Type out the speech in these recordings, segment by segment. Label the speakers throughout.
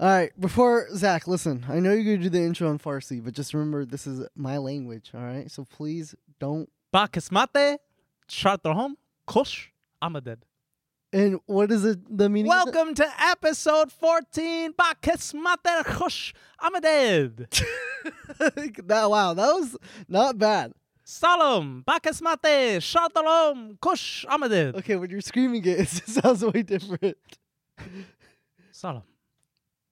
Speaker 1: All right, before Zach, listen. I know you're gonna do the intro in Farsi, but just remember this is my language. All right, so please don't.
Speaker 2: Bakismate, Charterhom, Kosh, Ahmed.
Speaker 1: And what is it? The meaning? of
Speaker 2: Welcome to episode 14, Bakismate, Kosh, Ahmed.
Speaker 1: that? that wow, that was not bad.
Speaker 2: Salam, Bakismate, Charterhom, Kosh, Ahmed.
Speaker 1: Okay, when you're screaming it, it sounds way different.
Speaker 2: Salam,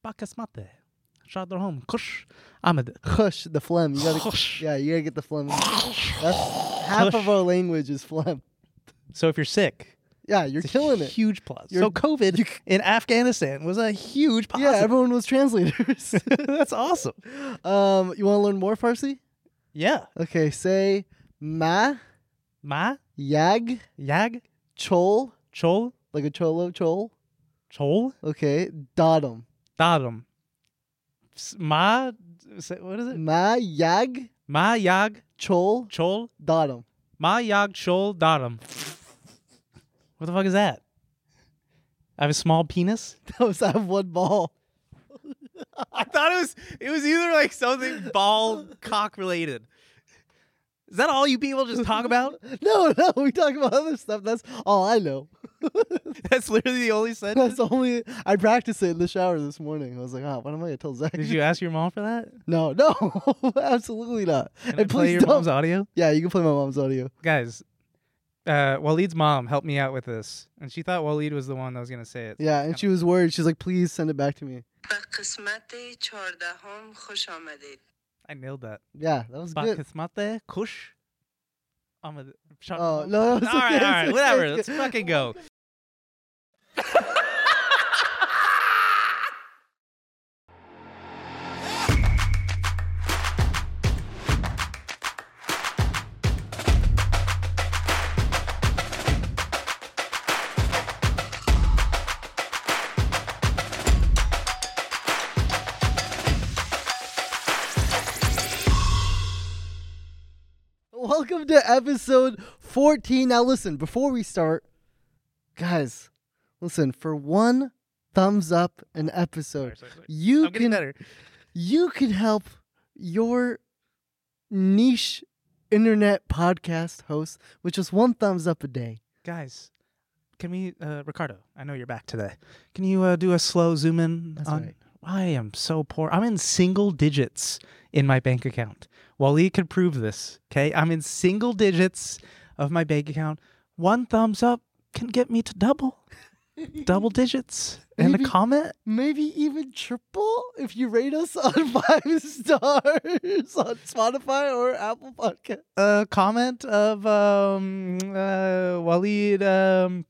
Speaker 2: Bakismate, Charterhom, Kosh, Ahmed.
Speaker 1: Hush, the phlegm. You gotta,
Speaker 2: Hush.
Speaker 1: yeah, you gotta get the phlegm. That's half of
Speaker 2: Hush.
Speaker 1: our language is phlegm.
Speaker 2: So if you're sick,
Speaker 1: Yeah, you're
Speaker 2: it's a
Speaker 1: killing it.
Speaker 2: Huge plus.
Speaker 1: You're-
Speaker 2: so COVID in Afghanistan was a huge
Speaker 1: Yeah,
Speaker 2: positive.
Speaker 1: everyone was translators.
Speaker 2: That's awesome.
Speaker 1: um, you want to learn more Farsi?
Speaker 2: Yeah.
Speaker 1: Okay, say ma
Speaker 2: Ma,
Speaker 1: yag
Speaker 2: Yag,
Speaker 1: chol
Speaker 2: Chol,
Speaker 1: like a cholo chol.
Speaker 2: Chol,
Speaker 1: Okay, datum
Speaker 2: Darum. S- Ma, say- what is it?
Speaker 1: ma yag
Speaker 2: Ma Yag
Speaker 1: chol
Speaker 2: Chol
Speaker 1: datum.
Speaker 2: Ma Yag Chol Darum. What the fuck is that? I have a small penis.
Speaker 1: That was out of one ball.
Speaker 2: I thought it was it was either like something ball cock related. Is that all you people just talk about?
Speaker 1: No, no, we talk about other stuff. That's all I know.
Speaker 2: That's literally the only
Speaker 1: That's the only I practiced it in the shower this morning. I was like, oh, what am I gonna tell Zach?
Speaker 2: Did you ask your mom for that?
Speaker 1: No, no, absolutely not.
Speaker 2: Can I
Speaker 1: and
Speaker 2: play
Speaker 1: please
Speaker 2: your
Speaker 1: don't.
Speaker 2: mom's audio?
Speaker 1: yeah, you can play my mom's audio.
Speaker 2: Guys, uh, Waleed's mom helped me out with this, and she thought Waleed was the one that was gonna say it.
Speaker 1: Yeah, and she was worried. She's like, please send it back to me.
Speaker 3: به قسمت چهاردهم خوش آمدید
Speaker 2: I nailed that.
Speaker 1: Yeah, that was good.
Speaker 2: Bakismate kush. I'm a shut
Speaker 1: Oh,
Speaker 2: up.
Speaker 1: no,
Speaker 2: all
Speaker 1: it's okay,
Speaker 2: right, all
Speaker 1: it's
Speaker 2: right,
Speaker 1: okay,
Speaker 2: whatever.
Speaker 1: it's
Speaker 2: Let's
Speaker 1: okay.
Speaker 2: fucking go.
Speaker 1: Welcome to episode 14. Now, listen, before we start, guys, listen, for one thumbs up an episode,
Speaker 2: sorry, sorry.
Speaker 1: you
Speaker 2: I'm getting
Speaker 1: can
Speaker 2: better.
Speaker 1: you can help your niche internet podcast host with just one thumbs up a day.
Speaker 2: Guys, can we, uh, Ricardo? I know you're back today. Can you uh, do a slow zoom in?
Speaker 1: That's
Speaker 2: on?
Speaker 1: right.
Speaker 2: I am so poor. I'm in single digits in my bank account. Waleed could prove this. Okay, I'm in single digits of my bank account. One thumbs up can get me to double, double digits, and a
Speaker 1: Maybe-
Speaker 2: comment.
Speaker 1: Maybe even triple if you rate us on five stars on Spotify or Apple Podcast.
Speaker 2: a comment of um uh, Waleed um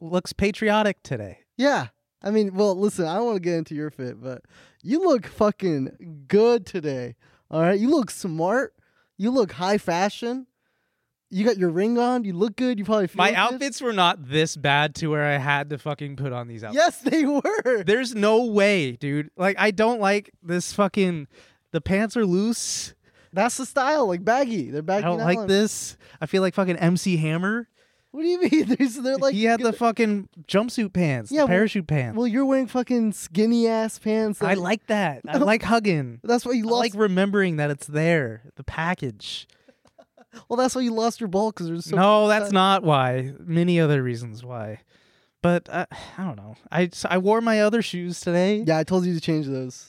Speaker 2: looks patriotic today.
Speaker 1: Yeah. I mean, well, listen, I don't want to get into your fit, but you look fucking good today. All right. You look smart. You look high fashion. You got your ring on. You look good. You probably feel
Speaker 2: My
Speaker 1: good.
Speaker 2: outfits were not this bad to where I had to fucking put on these outfits.
Speaker 1: Yes, they were.
Speaker 2: There's no way, dude. Like I don't like this fucking the pants are loose.
Speaker 1: That's the style, like baggy. They're
Speaker 2: I
Speaker 1: baggy.
Speaker 2: don't
Speaker 1: now
Speaker 2: like
Speaker 1: and-
Speaker 2: this. I feel like fucking MC Hammer.
Speaker 1: What do you mean? There's, they're like.
Speaker 2: he had the fucking jumpsuit pants,
Speaker 1: Yeah,
Speaker 2: the
Speaker 1: well-
Speaker 2: parachute pants.
Speaker 1: well, you're wearing fucking skinny ass pants.
Speaker 2: I like that. I
Speaker 1: No.
Speaker 2: like hugging.
Speaker 1: That's why you
Speaker 2: I
Speaker 1: lost.
Speaker 2: like remembering that it's there, the package.
Speaker 1: well, that's why you lost your ball because there's so.
Speaker 2: no, that's not why. Many other reasons why. But I, I don't know. I, s- I wore my other shoes today.
Speaker 1: Yeah, I told you to change those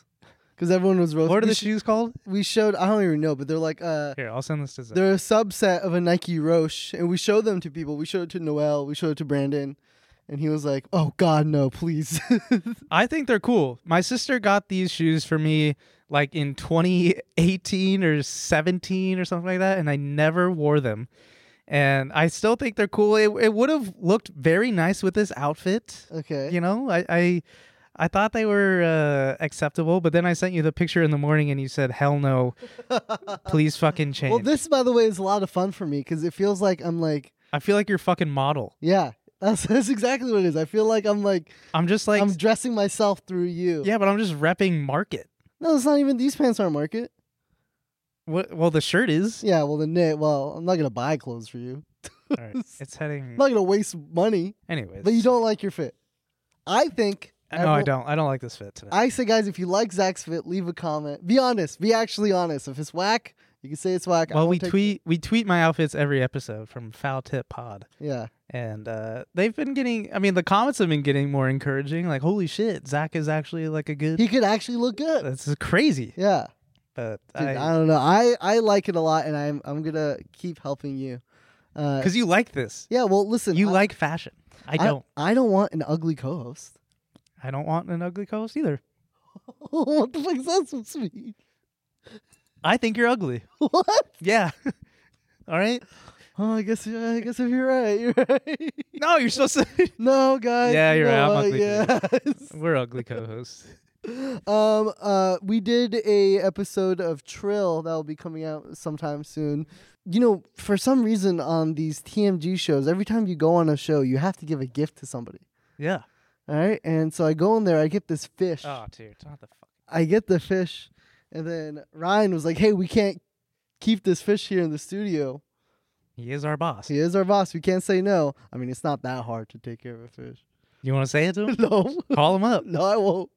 Speaker 1: because everyone was roasting.
Speaker 2: What
Speaker 1: we
Speaker 2: are the
Speaker 1: sh-
Speaker 2: shoes called?
Speaker 1: We showed. I don't even know, but they're like uh,
Speaker 2: Here, I'll send this to Zach.
Speaker 1: They're a subset of a Nike Roche, and we show them to people. We showed it to Noel, we showed it to Brandon, and he was like, "Oh God, no, please."
Speaker 2: I think they're cool. My sister got these shoes for me like in 2018 or 17 or something like that, and I never wore them. And I still think they're cool. It, it would have looked very nice with this outfit.
Speaker 1: okay.
Speaker 2: You know, I, I I thought they were uh, acceptable, but then I sent you the picture in the morning and you said, hell no. Please fucking change.
Speaker 1: Well, this, by the way, is a lot of fun for me because it feels like I'm like,
Speaker 2: I feel like you're fucking model.
Speaker 1: yeah, that's, that's exactly what it is. I feel like I'm like,
Speaker 2: I'm just like,
Speaker 1: I'm dressing myself through you.
Speaker 2: yeah, but I'm just repping market.
Speaker 1: No, it's not even, these pants aren't market.
Speaker 2: What, well, the shirt is.
Speaker 1: Yeah, well, the knit, well, I'm not going to buy clothes for you.
Speaker 2: All right. It's heading.
Speaker 1: I'm not going to waste money,
Speaker 2: Anyways.
Speaker 1: but you don't like your fit. I think.
Speaker 2: No, I
Speaker 1: everyone-
Speaker 2: don't. I don't like this fit today.
Speaker 1: I say, guys, if you like Zach's fit, leave a comment. Be honest. Be actually honest. If it's whack, you can say it's whack. I
Speaker 2: well,
Speaker 1: won't
Speaker 2: we
Speaker 1: take-
Speaker 2: tweet we tweet my outfits every episode from Foul Tip Pod,
Speaker 1: Yeah.
Speaker 2: and uh, they've been getting. I mean, the comments have been getting more encouraging. Like, holy shit, Zach is actually like a good.
Speaker 1: He could actually look good.
Speaker 2: That's just crazy.
Speaker 1: Yeah.
Speaker 2: But
Speaker 1: Dude, I,
Speaker 2: I
Speaker 1: don't know. I, I like it a lot, and I'm I'm gonna keep helping you. Uh,
Speaker 2: because you like this,
Speaker 1: yeah. Well, listen.
Speaker 2: you
Speaker 1: I-
Speaker 2: like fashion. I don't.
Speaker 1: I, don't want an ugly co-host.
Speaker 2: I don't want an ugly co-host either.
Speaker 1: what the fuck is that supposed to mean?
Speaker 2: I think you're ugly.
Speaker 1: What?
Speaker 2: Yeah. All right.
Speaker 1: Oh, I guess yeah, I guess if you're right, you're right.
Speaker 2: No, you're supposed to.
Speaker 1: no, guys.
Speaker 2: Yeah, you're
Speaker 1: no,
Speaker 2: right. I'm
Speaker 1: uh,
Speaker 2: ugly, dude.
Speaker 1: yes.
Speaker 2: We're ugly co-hosts.
Speaker 1: um uh we did a episode of trill that will be coming out sometime soon you know for some reason on these tmg shows every time you go on a show you have to give a gift to somebody
Speaker 2: Yeah.
Speaker 1: all right and so i go in there i get this fish
Speaker 2: Oh, dude, not the fuck.
Speaker 1: i get the fish and then ryan was like hey we can't keep this fish here in the studio
Speaker 2: He is our boss.
Speaker 1: he is our boss we can't say no i mean it's not that hard to take care of a fish
Speaker 2: You want to say it to him?
Speaker 1: no
Speaker 2: Call him up.
Speaker 1: no i won't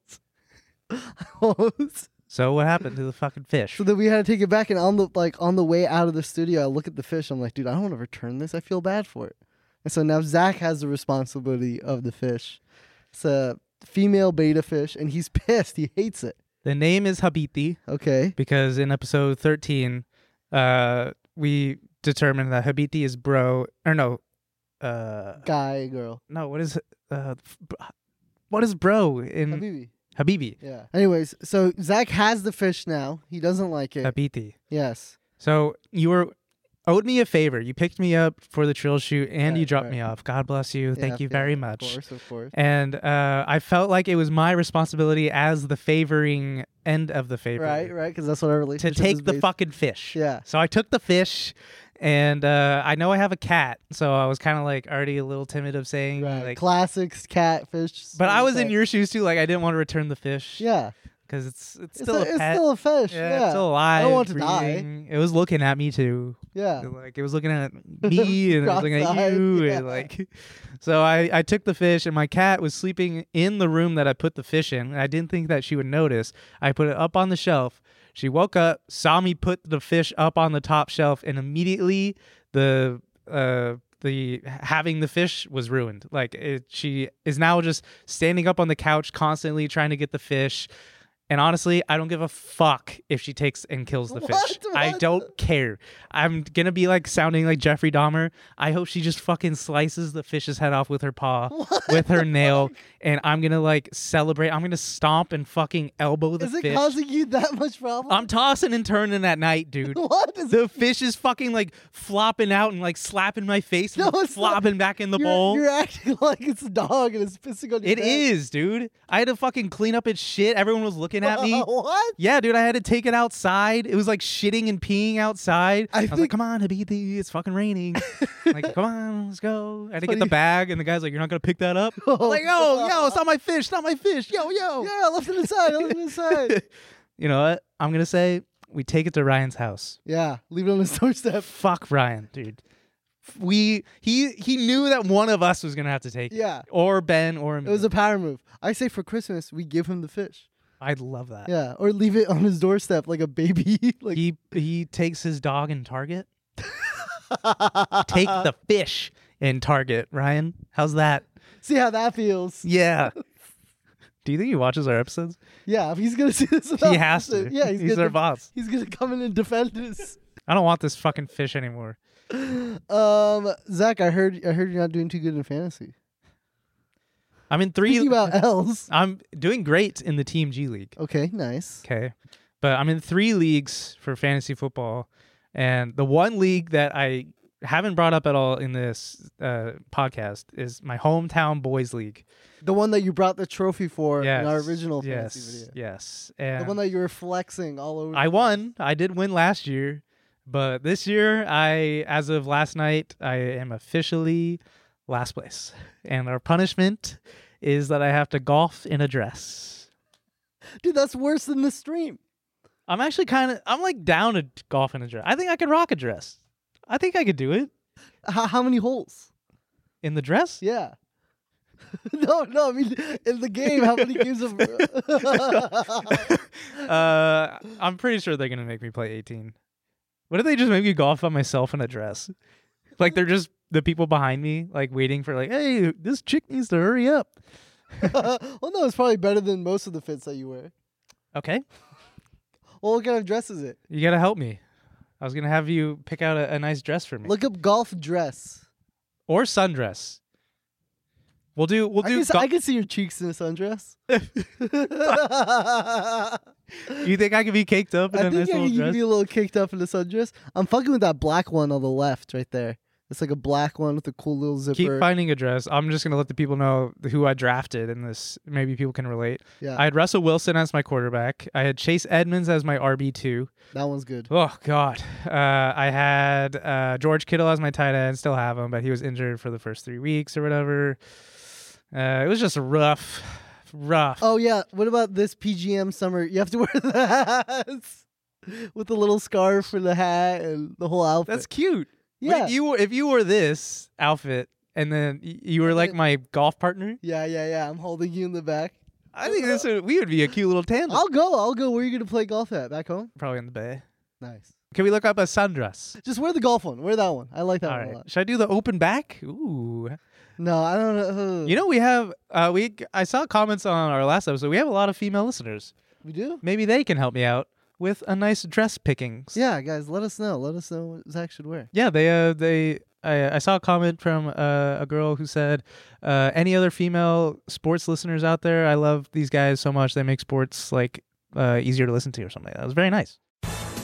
Speaker 1: i won't
Speaker 2: So what happened to the fucking fish?
Speaker 1: So then we had to take it back, and on the like on the way out of the studio, I look at the fish. I'm like, dude, I don't want to return this. I feel bad for it. And so now Zach has the responsibility of the fish. It's a female beta fish, and he's pissed. He hates it.
Speaker 2: The name is Habiti
Speaker 1: Okay.
Speaker 2: because in episode 13, uh, we determined that Habiti is bro or no, uh,
Speaker 1: Guy, girl,
Speaker 2: no. What is uh, f- br- what is bro in
Speaker 1: Habibi.
Speaker 2: Habibi?
Speaker 1: Yeah. Anyways, so Zach has the fish now. He doesn't like it.
Speaker 2: Habiti.
Speaker 1: yes.
Speaker 2: So you were owed me a favor. You picked me up for the trail shoot and you
Speaker 1: Right,
Speaker 2: dropped
Speaker 1: right.
Speaker 2: me off. God bless you. Thank
Speaker 1: Yeah,
Speaker 2: you
Speaker 1: yeah,
Speaker 2: very
Speaker 1: Of
Speaker 2: much.
Speaker 1: course, of course.
Speaker 2: And uh, I felt like it was my responsibility as the favoring end of the favor.
Speaker 1: Right, right, because that's what our
Speaker 2: to
Speaker 1: relationship is
Speaker 2: take the
Speaker 1: based-
Speaker 2: fucking fish.
Speaker 1: Yeah.
Speaker 2: So I took the fish, and uh, I know I have a cat, so I was kind of like already a little timid of saying
Speaker 1: Right.
Speaker 2: like.
Speaker 1: Classics, catfish.
Speaker 2: but I was in
Speaker 1: stereotype.
Speaker 2: your shoes too. Like I didn't want to return the fish.
Speaker 1: Yeah.
Speaker 2: Because it's it's
Speaker 1: It's,
Speaker 2: still
Speaker 1: a,
Speaker 2: a,
Speaker 1: it's
Speaker 2: pet.
Speaker 1: still a fish.
Speaker 2: yeah,
Speaker 1: Yeah.
Speaker 2: It's still alive.
Speaker 1: want it to die.
Speaker 2: breathing. It was looking at me too.
Speaker 1: yeah.
Speaker 2: Like it was looking at me and it was looking at
Speaker 1: Cross-eyed,
Speaker 2: you
Speaker 1: yeah.
Speaker 2: and like. So I I took the fish and my cat was sleeping in the room that I put the fish in. And I didn't think that she would notice. I put it up on the shelf. She woke up, saw me put the fish up on the top shelf, and immediately the uh the having the fish was ruined. Like it, she is now just standing up on the couch constantly trying to get the fish. And honestly, I don't give a fuck if she takes and kills the fish.
Speaker 1: What?
Speaker 2: I
Speaker 1: What?
Speaker 2: don't care. I'm gonna be like sounding like Jeffrey Dahmer. I hope she just fucking slices the fish's head off with her paw, with her nail, and I'm gonna like celebrate. I'm gonna stomp and fucking elbow the
Speaker 1: Is it
Speaker 2: fish.
Speaker 1: causing you that much problem?
Speaker 2: I'm tossing and turning at night, dude.
Speaker 1: what is
Speaker 2: The fish is fucking like flopping out and like slapping my face and
Speaker 1: No, it's not-
Speaker 2: flopping back in the
Speaker 1: you're,
Speaker 2: bowl.
Speaker 1: You're acting like it's a dog and it's pissing on your
Speaker 2: It is, dude. I had to fucking clean up its shit. Everyone was looking at me.
Speaker 1: what?
Speaker 2: Yeah, dude, I had to take it outside. It was like shitting and peeing outside.
Speaker 1: I
Speaker 2: I, was like,
Speaker 1: think-
Speaker 2: come on, Habibi, it's fucking raining. like, come on, let's go. I had to get
Speaker 1: funny. Oh.
Speaker 2: the bag, and the guy's like, you're not going to pick that up? I'm like, yo, yo, it's not my fish, not my fish. Yo, yo.
Speaker 1: Yeah, I left it inside. I left it inside.
Speaker 2: You know what? I'm going to say we take it to Ryan's house.
Speaker 1: yeah, leave it on his doorstep.
Speaker 2: Fuck Ryan, dude. We he he knew that one of us was gonna have to take it.
Speaker 1: Yeah.
Speaker 2: Or Ben or me.
Speaker 1: It was a power move. I say for Christmas we give him the fish.
Speaker 2: I love that.
Speaker 1: Yeah, or leave it on his doorstep like a baby. like
Speaker 2: he he takes his dog in Target. Take the fish in Target, Ryan. How's that?
Speaker 1: see how that feels.
Speaker 2: Yeah. Do you think he watches our episodes?
Speaker 1: Yeah, if he's gonna see this.
Speaker 2: He has to.
Speaker 1: announcement, Yeah, he's,
Speaker 2: he's
Speaker 1: gonna
Speaker 2: our boss.
Speaker 1: He's gonna come in and defend us.
Speaker 2: I don't want this fucking fish anymore.
Speaker 1: Um, Zach, I heard I heard you're not doing too good in fantasy.
Speaker 2: I'm in three.
Speaker 1: Speaking about L's.
Speaker 2: I'm doing great in the Team G League.
Speaker 1: Okay, nice.
Speaker 2: Okay. But I'm in three leagues for fantasy football. And the one league that I haven't brought up at all in this uh, podcast is my hometown boys league.
Speaker 1: The one that you brought the trophy for
Speaker 2: yes,
Speaker 1: in our original
Speaker 2: yes,
Speaker 1: fantasy video.
Speaker 2: yes,
Speaker 1: The
Speaker 2: and
Speaker 1: one that you were flexing all over.
Speaker 2: I won. I did win last year, but this year I, as of last night, I am officially last place, and our punishment is that I have to golf in a dress.
Speaker 1: Dude, that's worse than the stream.
Speaker 2: I'm actually kind of I'm like down to golf in a dress. I think I could rock a dress. I think I could do it
Speaker 1: How, how many holes?
Speaker 2: in the dress.
Speaker 1: Yeah. no, no. I mean, in the game, how many games of?
Speaker 2: uh, I'm pretty sure they're gonna make me play 18. What if they just make me golf by myself in a dress? Like they're just the people behind me, like waiting for like, hey, this chick needs to hurry up.
Speaker 1: well, no, it's probably better than most of the fits that you wear.
Speaker 2: Okay,
Speaker 1: Well, what kind of dress is it?
Speaker 2: you gotta help me. I was gonna have you pick out a, a nice dress for me,
Speaker 1: Look up golf dress.
Speaker 2: or sundress. We'll do. We'll
Speaker 1: I
Speaker 2: do.
Speaker 1: can,
Speaker 2: gol-
Speaker 1: I can see your cheeks in a sundress.
Speaker 2: you think I could be caked up in
Speaker 1: I
Speaker 2: a nice
Speaker 1: think yeah,
Speaker 2: little
Speaker 1: you can
Speaker 2: dress?
Speaker 1: be a little kicked up in the sundress. I'm fucking with that black one on the left, right there. It's like a black one with a cool little zipper.
Speaker 2: Keep finding a dress. I'm just gonna let the people know who I drafted in this. Maybe people can relate.
Speaker 1: yeah,
Speaker 2: I had Russell Wilson as my quarterback. I had Chase Edmonds as my RB2.
Speaker 1: that one's good.
Speaker 2: Oh, God. Uh, I had uh, George Kittle as my tight end. Still have him, but he was injured for the first three weeks or whatever. Uh, it was just rough, rough.
Speaker 1: Oh yeah, what about this PGM summer? You have to wear that with the little scarf and the hat and the whole outfit.
Speaker 2: That's cute. Wait,
Speaker 1: yeah,
Speaker 2: you were- If you wore this outfit and then y- you were like my golf partner,
Speaker 1: yeah, yeah, yeah. I'm holding you in the back.
Speaker 2: I think this would, we would be a cute little tandem.
Speaker 1: Uh-huh. I'll go. I'll go. Where are you gonna play golf at? Back home?
Speaker 2: Probably in the bay.
Speaker 1: Nice.
Speaker 2: Can we look up a sundress?
Speaker 1: Just wear the golf one. Wear that one. I like that
Speaker 2: All
Speaker 1: one a
Speaker 2: right.
Speaker 1: lot.
Speaker 2: Should I do the open back? Ooh.
Speaker 1: No, I don't know.
Speaker 2: You know, we have uh, we I saw comments on our last episode. We have a lot of female listeners.
Speaker 1: we do.
Speaker 2: Maybe they can help me out with a nice dress pickings.
Speaker 1: Yeah, guys, let us know. Let us know what Zach should wear.
Speaker 2: yeah. They uh, they I, I saw a comment from uh, a girl who said, uh, "Any other female sports listeners out there? I love these guys so much. They make sports like uh, easier to listen to or something." That was very nice.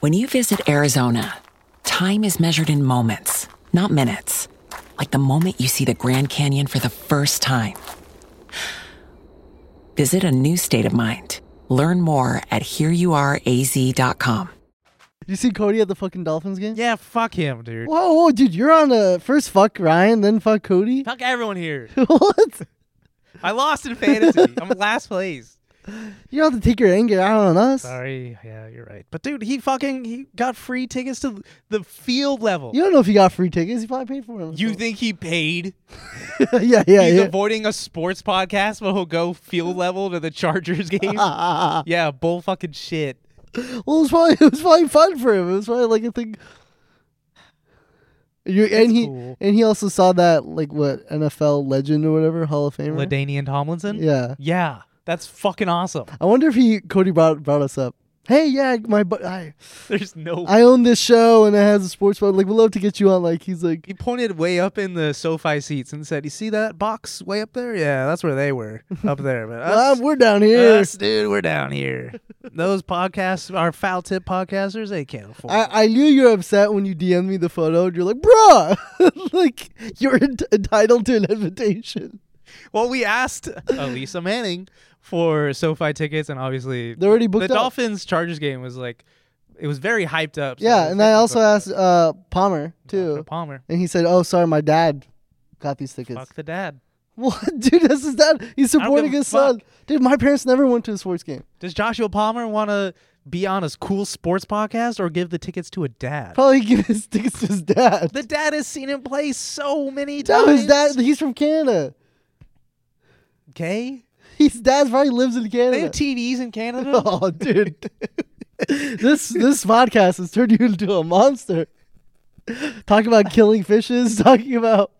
Speaker 4: When you visit Arizona, time is measured in moments, not minutes. Like the moment you see the Grand Canyon for the first time. Visit a new state of mind. Learn more at hereyouareaz.com.
Speaker 1: You see Cody at the fucking Dolphins game?
Speaker 2: Yeah, fuck him, dude.
Speaker 1: Whoa, whoa, dude, you're on a first fuck Ryan, then fuck Cody.
Speaker 2: Fuck everyone here.
Speaker 1: what?
Speaker 2: I lost in fantasy. I'm last place.
Speaker 1: You don't have to take your anger out on us.
Speaker 2: Sorry. Yeah, you're right. But dude, he fucking he got free tickets to the field level.
Speaker 1: You don't know if you got free tickets. You probably paid for them.
Speaker 2: You think he paid?
Speaker 1: yeah, yeah,
Speaker 2: He's
Speaker 1: yeah.
Speaker 2: avoiding a sports podcast, but he'll go field level to the Chargers game. yeah, bull fucking shit.
Speaker 1: well, it was probably it was probably fun for him. It was probably like a thing. You and he
Speaker 2: cool.
Speaker 1: and he also saw that like what NFL legend or whatever Hall of Famer.
Speaker 2: Ladainian Tomlinson.
Speaker 1: Mm-hmm. Yeah,
Speaker 2: yeah, that's fucking awesome.
Speaker 1: I wonder if he Cody brought brought us up. Hey, yeah, my bu- I
Speaker 2: There's no.
Speaker 1: I own this show and it has a sports bar. Like we'd love to get you on. Like he's like
Speaker 2: he pointed way up in the SoFi seats and said, "You see that box way up there? Yeah, that's where they were up there." But
Speaker 1: "Ah,
Speaker 2: us,
Speaker 1: we're down here.
Speaker 2: us, dude, we're down here. Those podcasts, our foul tip podcasters, they can't afford. it.
Speaker 1: I, I knew you were upset when you DM'd me the photo and you're like, bruh, like you're ent- entitled to an invitation.
Speaker 2: Well, we asked Elisa Manning for SoFi tickets, and obviously
Speaker 1: They're already
Speaker 2: the
Speaker 1: booked up.
Speaker 2: Dolphins Chargers game was like it was very hyped up. so
Speaker 1: Yeah,
Speaker 2: they
Speaker 1: and I
Speaker 2: freaking
Speaker 1: also
Speaker 2: booked
Speaker 1: asked uh, Palmer
Speaker 2: for
Speaker 1: too,
Speaker 2: Palmer.
Speaker 1: and he said, "Oh, sorry, my dad got these tickets."
Speaker 2: Fuck the dad.
Speaker 1: What, dude? That's his dad. He's
Speaker 2: give
Speaker 1: supporting
Speaker 2: a
Speaker 1: his son.
Speaker 2: fuck.
Speaker 1: Dude, my parents never went to a sports game.
Speaker 2: Does Joshua Palmer want to be on a cool sports podcast or give the tickets to a dad?
Speaker 1: Probably give his tickets to his dad.
Speaker 2: The dad has seen him play so many times.
Speaker 1: No, his dad. He's from Canada.
Speaker 2: Okay.
Speaker 1: His dad probably lives in
Speaker 2: They have
Speaker 1: Canada.
Speaker 2: TVs in Canada.
Speaker 1: oh, dude. this this podcast has turned you into a monster. talking about killing fishes, talking about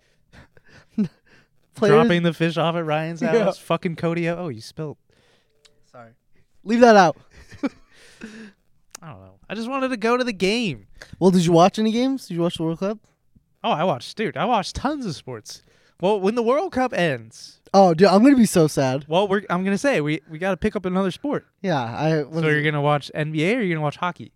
Speaker 1: players.
Speaker 2: Dropping the fish off at Ryan's house.
Speaker 1: Yeah.
Speaker 2: Fucking Cody. Oh, you spilled.
Speaker 1: Sorry, leave that out.
Speaker 2: I don't know. I just wanted to go to the game.
Speaker 1: Well, did you watch any games? Did you watch the World Cup?
Speaker 2: Oh, I watched, dude. I watched tons of sports. Well, when the World Cup ends,
Speaker 1: Oh, dude, I'm gonna be so sad.
Speaker 2: well, we're I'm gonna say we we got to pick up another sport.
Speaker 1: Yeah, I. what
Speaker 2: So
Speaker 1: is
Speaker 2: you're
Speaker 1: it?
Speaker 2: gonna watch NBA or you're gonna watch hockey?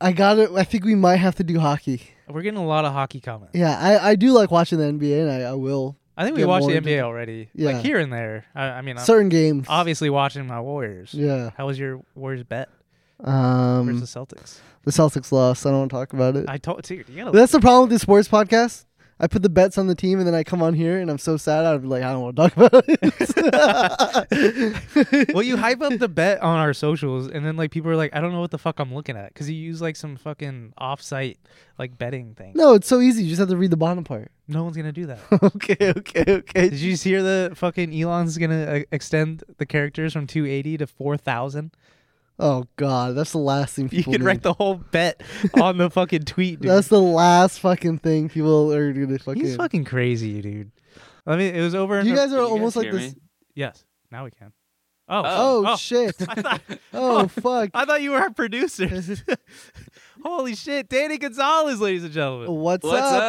Speaker 1: I got it. I think we might have to do hockey.
Speaker 2: We're getting a lot of hockey comments.
Speaker 1: Yeah, I, I do like watching the NBA, and I, I will
Speaker 2: I think we
Speaker 1: Get
Speaker 2: watched
Speaker 1: more
Speaker 2: the
Speaker 1: into-
Speaker 2: NBA already.
Speaker 1: Yeah.
Speaker 2: Like here and there. I, I mean, I'm
Speaker 1: certain games.
Speaker 2: obviously watching my Warriors.
Speaker 1: Yeah.
Speaker 2: How was your Warriors bet
Speaker 1: Um,
Speaker 2: versus Celtics?
Speaker 1: the Celtics lost. I don't want to talk about it.
Speaker 2: I told dude, you gotta.
Speaker 1: That's the problem with this sports podcast. I put the bets on the team, and then I come on here, and I'm so sad. I'd be like, I don't want to talk about it.
Speaker 2: well, you hype up the bet on our socials, and then like people are like, I don't know what the fuck I'm looking at, because you use like some fucking off-site like betting thing.
Speaker 1: no, it's so easy. You just have to read the bottom part.
Speaker 2: No one's gonna do that.
Speaker 1: okay, okay, okay.
Speaker 2: Did you just hear the fucking Elon's gonna uh, extend the characters from 280 to 4,000?
Speaker 1: Oh God, that's the last thing
Speaker 2: You
Speaker 1: people.
Speaker 2: can wreck
Speaker 1: need.
Speaker 2: the whole bet on the fucking tweet, dude.
Speaker 1: That's the last fucking thing people are gonna fucking.
Speaker 2: He's fucking crazy, dude. I mean, it was over. in
Speaker 1: you
Speaker 2: a-
Speaker 1: guys are
Speaker 5: guys
Speaker 1: almost like
Speaker 5: hear
Speaker 1: this.
Speaker 5: me?
Speaker 2: Yes. Now we can. Oh.
Speaker 1: Oh,
Speaker 2: oh.
Speaker 1: shit!
Speaker 2: I thought,
Speaker 1: oh fuck!
Speaker 2: I thought you were our producers. Holy shit, Danny Gonzalez, ladies and gentlemen.
Speaker 1: What's,
Speaker 5: What's
Speaker 1: up?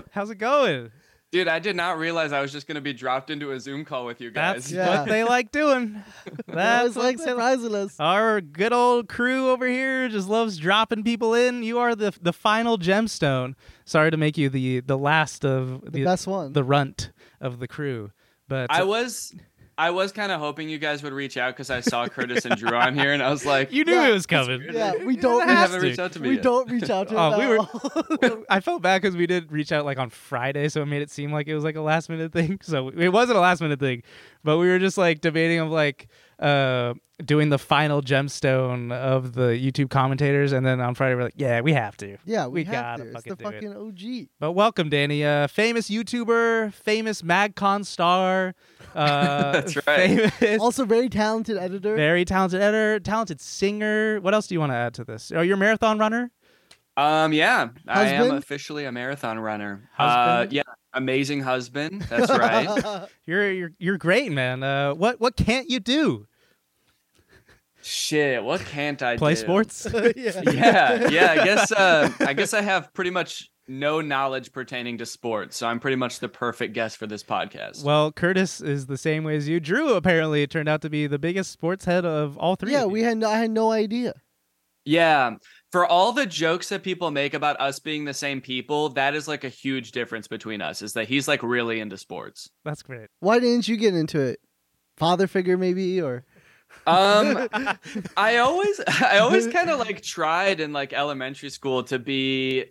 Speaker 5: up?
Speaker 2: How's it going?
Speaker 5: Dude, I did not realize I was just going to be dropped into a Zoom call with you
Speaker 2: That's
Speaker 5: guys.
Speaker 1: Yeah.
Speaker 2: what they like doing. That's
Speaker 1: That's
Speaker 2: what
Speaker 1: like
Speaker 2: they-
Speaker 1: surprising us.
Speaker 2: Our good old crew over here just loves dropping people in. You are the the final gemstone. Sorry to make you the the last of the,
Speaker 1: best one.
Speaker 2: the runt of the crew. But
Speaker 5: I was I was kind of hoping you guys would reach out cuz I saw Curtis and Drew on here and I was like,
Speaker 2: you knew
Speaker 1: Yeah,
Speaker 2: it was coming.
Speaker 1: Yeah, we
Speaker 2: You
Speaker 1: don't reach,
Speaker 2: didn't have
Speaker 5: you haven't
Speaker 2: to.
Speaker 5: reached out to me.
Speaker 1: we
Speaker 5: yet.
Speaker 1: don't reach out to.
Speaker 2: Oh,
Speaker 1: him
Speaker 2: we
Speaker 1: at
Speaker 2: were.
Speaker 1: all.
Speaker 2: I felt bad because we did reach out like on Friday, so it made it seem like it was like a last minute thing. So it wasn't a last minute thing, but we were just like debating of like uh doing the final gemstone of the YouTube commentators, and then on Friday we're like, yeah, we have to.
Speaker 1: Yeah, we, have
Speaker 2: gotta
Speaker 1: to. It's
Speaker 2: fucking
Speaker 1: the
Speaker 2: do it.
Speaker 1: fucking OG.
Speaker 2: But welcome, Danny, uh, famous YouTuber, famous MagCon star. Uh,
Speaker 5: That's right.
Speaker 2: Famous.
Speaker 1: Also, very talented editor.
Speaker 2: very talented editor, talented singer. What else do you want to add to this? Oh, you're a marathon runner?
Speaker 5: Um yeah, I am
Speaker 1: Husband?
Speaker 5: officially a marathon runner.
Speaker 2: Husband?
Speaker 5: Uh yeah, amazing husband. That's right.
Speaker 2: You're you're you're great, man. Uh, what what can't you do?
Speaker 5: Shit, what can't I
Speaker 2: Play
Speaker 5: do?
Speaker 2: sports?
Speaker 1: yeah.
Speaker 5: Yeah, yeah, I guess uh I guess I have pretty much no knowledge pertaining to sports, so I'm pretty much the perfect guest for this podcast.
Speaker 2: well, Curtis is the same way as you. Drew apparently turned out to be the biggest sports head of all three.
Speaker 1: Yeah,
Speaker 2: of you.
Speaker 1: we had no, I had no idea.
Speaker 5: Yeah. For all the jokes that people make about us being the same people, that is like a huge difference between us is that he's like really into sports.
Speaker 2: That's great.
Speaker 1: Why didn't you get into it? Father figure, maybe, or
Speaker 5: Um I always I always kind of like tried in like elementary school to be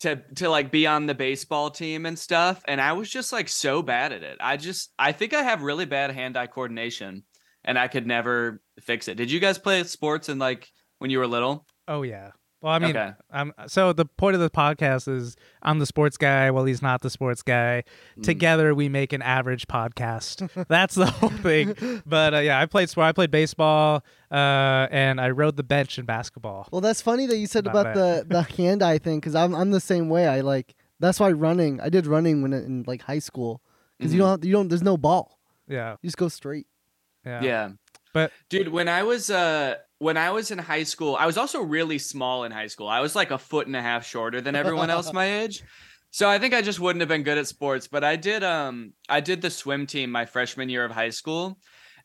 Speaker 5: to to like be on the baseball team and stuff and I was just like so bad at it. I just I think I have really bad hand-eye coordination and I could never fix it. Did you guys play sports and like when you were little?
Speaker 2: Oh yeah. Well, I mean,
Speaker 5: Okay.
Speaker 2: I'm, so the point of the podcast is I'm the sports guy. Well, he's not the sports guy. Together, we make an average podcast. That's the whole thing. But uh, yeah, I played sport. I played baseball, uh, and I rode the bench in basketball.
Speaker 1: well, that's funny that you said
Speaker 2: Not
Speaker 1: about the the hand eye thing because I'm I'm the same way. I like that's why running. I did running when in like high school because
Speaker 2: Mm-hmm.
Speaker 1: you don't have- you don't there's no ball.
Speaker 2: Yeah,
Speaker 1: You just go straight.
Speaker 2: yeah,
Speaker 5: Yeah.
Speaker 2: But
Speaker 5: Dude, when I was uh when I was in high school, I was also really small in high school. I was like a foot and a half shorter than everyone else my age. So I think I just wouldn't have been good at sports, but I did um I did the swim team my freshman year of high school.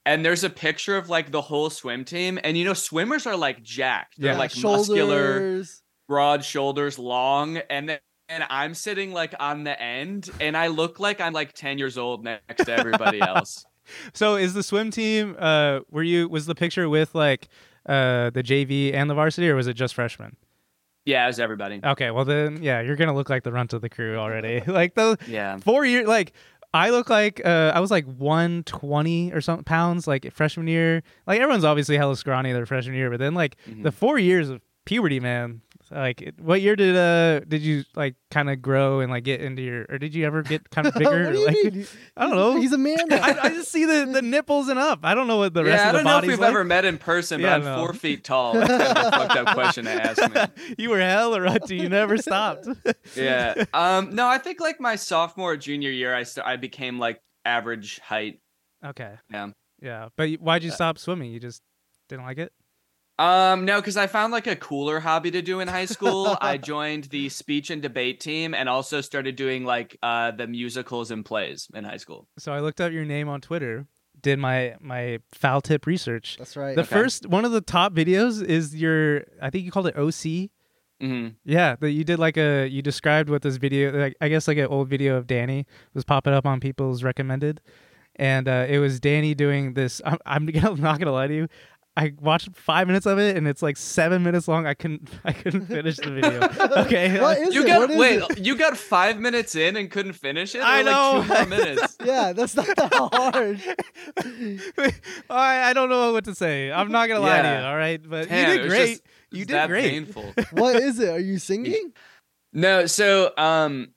Speaker 5: And there's a picture of like the whole swim team and you know swimmers are like jacked. They're
Speaker 2: Yeah.
Speaker 5: like
Speaker 1: Shoulders.
Speaker 5: muscular, broad shoulders, long and then and I'm sitting like on the end and I look like I'm like 10 years old next to everybody else.
Speaker 2: so is the swim team? Uh, were you was the picture with like uh the JV and the varsity, or was it just freshmen?
Speaker 5: Yeah, as everybody.
Speaker 2: Okay, well then, yeah, you're gonna look like the runt of the crew already. like the
Speaker 5: Yeah.
Speaker 2: four years like i look like uh i was like 120 or something pounds like freshman
Speaker 5: Mm-hmm.
Speaker 2: year like everyone's obviously hella scrawny their freshman year but then like the four years of puberty man So, like, it- what year did uh did you like kind of grow and like get into your or did you ever get kind of bigger?
Speaker 1: what do you
Speaker 2: like,
Speaker 1: mean?
Speaker 2: I don't
Speaker 1: He's-
Speaker 2: know.
Speaker 1: He's a man. now.
Speaker 2: I, I just see the, the nipples and up. I don't know what the rest
Speaker 5: yeah, I
Speaker 2: of the
Speaker 5: don't know if
Speaker 2: body's
Speaker 5: we've
Speaker 2: like.
Speaker 5: ever met in person, but
Speaker 2: Yeah,
Speaker 5: I'm
Speaker 2: no.
Speaker 5: four feet tall. That's kind of a fucked up question to ask me.
Speaker 2: you were hella rutty. You never stopped.
Speaker 5: Yeah. Um. No, I think like my sophomore or junior year, I st- I became like average height.
Speaker 2: okay.
Speaker 5: Yeah. Uh,
Speaker 2: Yeah. But you- why'd you stop swimming? You just didn't like it?
Speaker 5: Um, no, because I found like a cooler hobby to do in high school. I joined the speech and debate team and also started doing like uh the musicals and plays in high school.
Speaker 2: So I looked up your name on Twitter, did my my foul tip research.
Speaker 1: That's right.
Speaker 2: The first one of the top videos is your I think you called it OC.
Speaker 5: hmm
Speaker 2: Yeah, that you did like a you described what this video like I guess like an old video of Danny was popping up on people's recommended, and uh, it was Danny doing this. I'm I'm gonna- I'm not gonna lie to you. I watched five minutes of it and it's like seven minutes long. I couldn't I couldn't finish the video. Okay,
Speaker 1: What is
Speaker 5: You
Speaker 1: it?
Speaker 5: got
Speaker 1: What is
Speaker 5: wait,
Speaker 1: it?
Speaker 5: you got five minutes in and couldn't finish it. There
Speaker 2: I
Speaker 5: were, like,
Speaker 2: know.
Speaker 5: two more minutes.
Speaker 1: Yeah, that's not that hard.
Speaker 2: I I don't know what to say. I'm not gonna lie to you.
Speaker 5: Yeah.
Speaker 2: All right, but
Speaker 5: Damn,
Speaker 2: you
Speaker 5: it
Speaker 2: did
Speaker 5: was
Speaker 2: great.
Speaker 5: just-
Speaker 2: you
Speaker 5: It's
Speaker 2: did
Speaker 5: that
Speaker 2: great.
Speaker 5: Painful.
Speaker 1: What is it? Are you singing?
Speaker 5: No, so um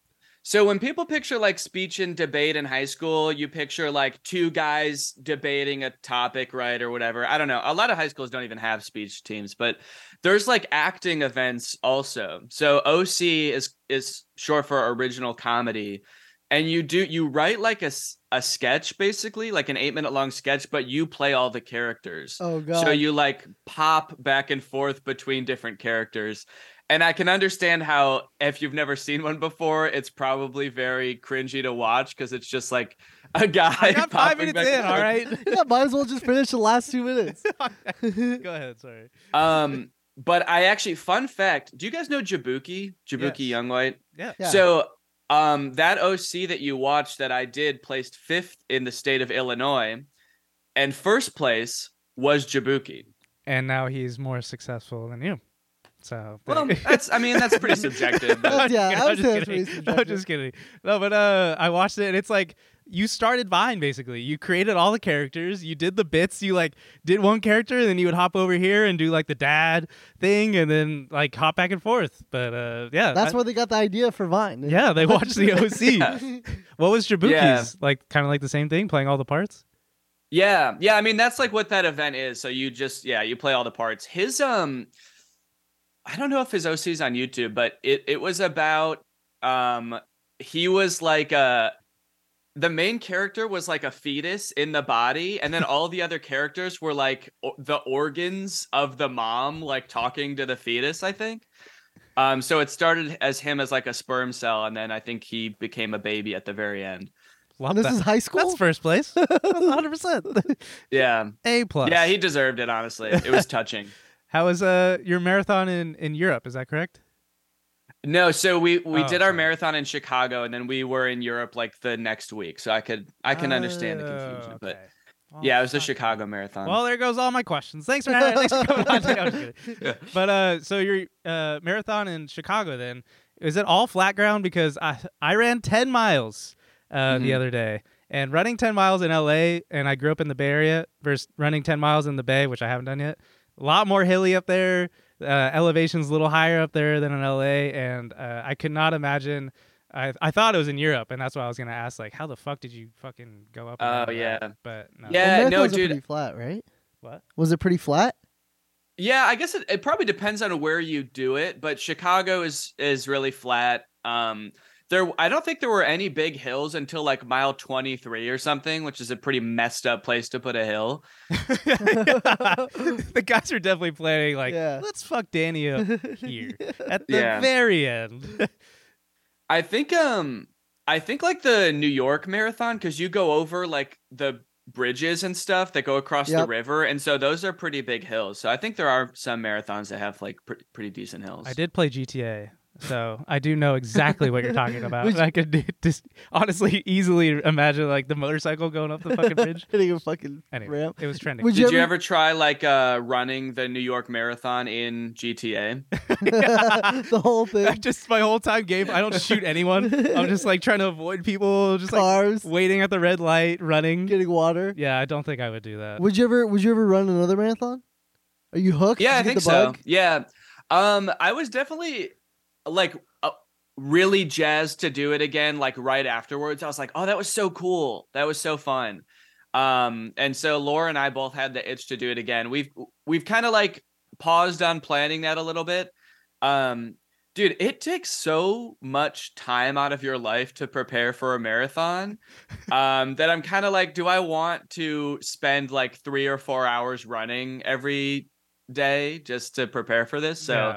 Speaker 5: so when people picture like speech and debate in high school, you picture like two guys debating a topic, right, or whatever. I don't know. A lot of high schools don't even have speech teams, but there's like acting events also. So OC is is short for original comedy, and you do you write like a s- a sketch basically, like an eight minute long sketch, but you play all the characters.
Speaker 1: Oh god.
Speaker 5: So you like pop back and forth between different characters. And I can understand how if you've never seen one before, it's probably very cringy to watch because it's just like a guy.
Speaker 2: I got five
Speaker 5: popping
Speaker 2: minutes
Speaker 5: back
Speaker 2: in.
Speaker 5: and
Speaker 2: All
Speaker 5: forth.
Speaker 2: right,
Speaker 1: yeah, might as well just finish the last two minutes.
Speaker 2: go ahead. Sorry.
Speaker 5: Um, but I actually fun fact, do you guys know Jabuki? Jabuki
Speaker 2: Yes.
Speaker 5: Young White?
Speaker 2: Yeah.
Speaker 1: Yeah.
Speaker 5: So um that OC that you watched that I did placed fifth in the state of Illinois, and first place was Jabuki.
Speaker 2: and now he's more successful than you. So
Speaker 5: Well,
Speaker 2: there-
Speaker 5: that's I mean, that's pretty subjective. but-
Speaker 2: I'm just
Speaker 1: Yeah,
Speaker 2: kidding,
Speaker 1: I
Speaker 2: I'm
Speaker 1: would
Speaker 2: just
Speaker 1: say that's
Speaker 2: kidding.
Speaker 1: pretty
Speaker 2: No, I'm just kidding. No, but uh, I watched it and it's like you started Vine basically. You created all the characters. You did the bits. You like did one character, and then you would hop over here and do like the dad thing, and then like hop back and forth. But uh, yeah,
Speaker 1: That's
Speaker 2: I-
Speaker 1: where they got the idea for Vine.
Speaker 2: Yeah, they watched the OC. What was Jabuki's
Speaker 5: Yeah.
Speaker 2: like? Kind of like the same thing, playing all the parts.
Speaker 5: Yeah, yeah. I mean, that's like what that event is. So you just yeah, you play all the parts. His um, I don't know if his OC's on YouTube, but it it was about um, he was like a. The main character was like a fetus in the body, and then all the other characters were like o- the organs of the mom, like talking to the fetus. I think. Um, so it started as him as like a sperm cell, and then I think he became a baby at the very end.
Speaker 2: Love
Speaker 1: And this
Speaker 2: that.
Speaker 1: is high school.
Speaker 2: That's first place. 100 percent
Speaker 5: Yeah,
Speaker 2: A plus.
Speaker 5: yeah, he deserved it. Honestly, it was touching.
Speaker 2: How was uh your marathon in in Europe? Is that correct?
Speaker 5: No, so we we
Speaker 2: Oh,
Speaker 5: did our
Speaker 2: sorry.
Speaker 5: marathon in Chicago, and then we were in Europe like the next week. So I could I can understand the confusion,
Speaker 2: Oh,
Speaker 5: but
Speaker 2: okay. Well,
Speaker 5: yeah, it was the
Speaker 2: fuck.
Speaker 5: Chicago marathon.
Speaker 2: Well, there goes all my questions. Thanks for having. thanks for coming on. No, I'm just kidding.
Speaker 5: Yeah.
Speaker 2: But uh, so your uh marathon in Chicago then is it all flat ground? Because I I ran ten miles uh the
Speaker 5: Mhm.
Speaker 2: other day, and running ten miles in L.A. and I grew up in the Bay Area versus running ten miles in the Bay, which I haven't done yet. A lot more hilly up there. Uh, elevation's a little higher up there than in L.A. And uh, I could not imagine. I, I thought it was in Europe, and that's why I was gonna ask, like, how the fuck did you fucking go up? and
Speaker 5: Oh,
Speaker 2: all that?
Speaker 5: yeah.
Speaker 2: but no.
Speaker 5: Yeah,
Speaker 1: well,
Speaker 5: no,
Speaker 1: marathons are
Speaker 5: dude.
Speaker 1: Pretty flat, right?
Speaker 2: What?
Speaker 1: Was it pretty flat?
Speaker 5: yeah, I guess it, it probably depends on where you do it, but Chicago is is really flat. Um, there I don't think there were any big hills until like mile twenty three or something, which is a pretty messed up place to put a hill.
Speaker 2: the guys are definitely planning like
Speaker 1: Yeah.
Speaker 2: let's fuck Danny up here at the
Speaker 5: Yeah.
Speaker 2: very end.
Speaker 5: I think um I think like the New York marathon because you go over like the bridges and stuff that go across the
Speaker 1: Yep.
Speaker 5: river, and so those are pretty big hills. So I think there are some marathons that have like pre- pretty decent hills.
Speaker 2: I did play GTA, so I do know exactly what you're talking about. And I could do- just honestly easily imagine like the motorcycle going up the fucking bridge.
Speaker 1: Hitting a fucking
Speaker 2: Anyway,
Speaker 1: ramp.
Speaker 2: it was trending.
Speaker 1: Would
Speaker 5: Did you ever try like uh running the New York marathon in GTA?
Speaker 1: the whole
Speaker 2: I
Speaker 1: thing?
Speaker 2: just my whole time game, I don't shoot anyone. I'm just like trying to avoid people, just like
Speaker 1: Cars,
Speaker 2: waiting at the red light, running.
Speaker 1: getting water.
Speaker 2: Yeah, I don't think I would do that.
Speaker 1: Would you ever? Would you ever run another marathon? Are you hooked?
Speaker 5: Yeah, I
Speaker 1: Did you
Speaker 5: think
Speaker 1: get
Speaker 5: so.
Speaker 1: the
Speaker 5: Yeah. Um, I was definitely like uh, really jazzed to do it again. Like right afterwards, I was like, "Oh, that was so cool! That was so fun." Um, and so Laura and I both had the itch to do it again. We've we've kind of like paused on planning that a little bit. Um, dude, it takes so much time out of your life to prepare for a marathon um, that I'm kind of like, do I want to spend like three or four hours running every day just to prepare for this? So
Speaker 2: Yeah.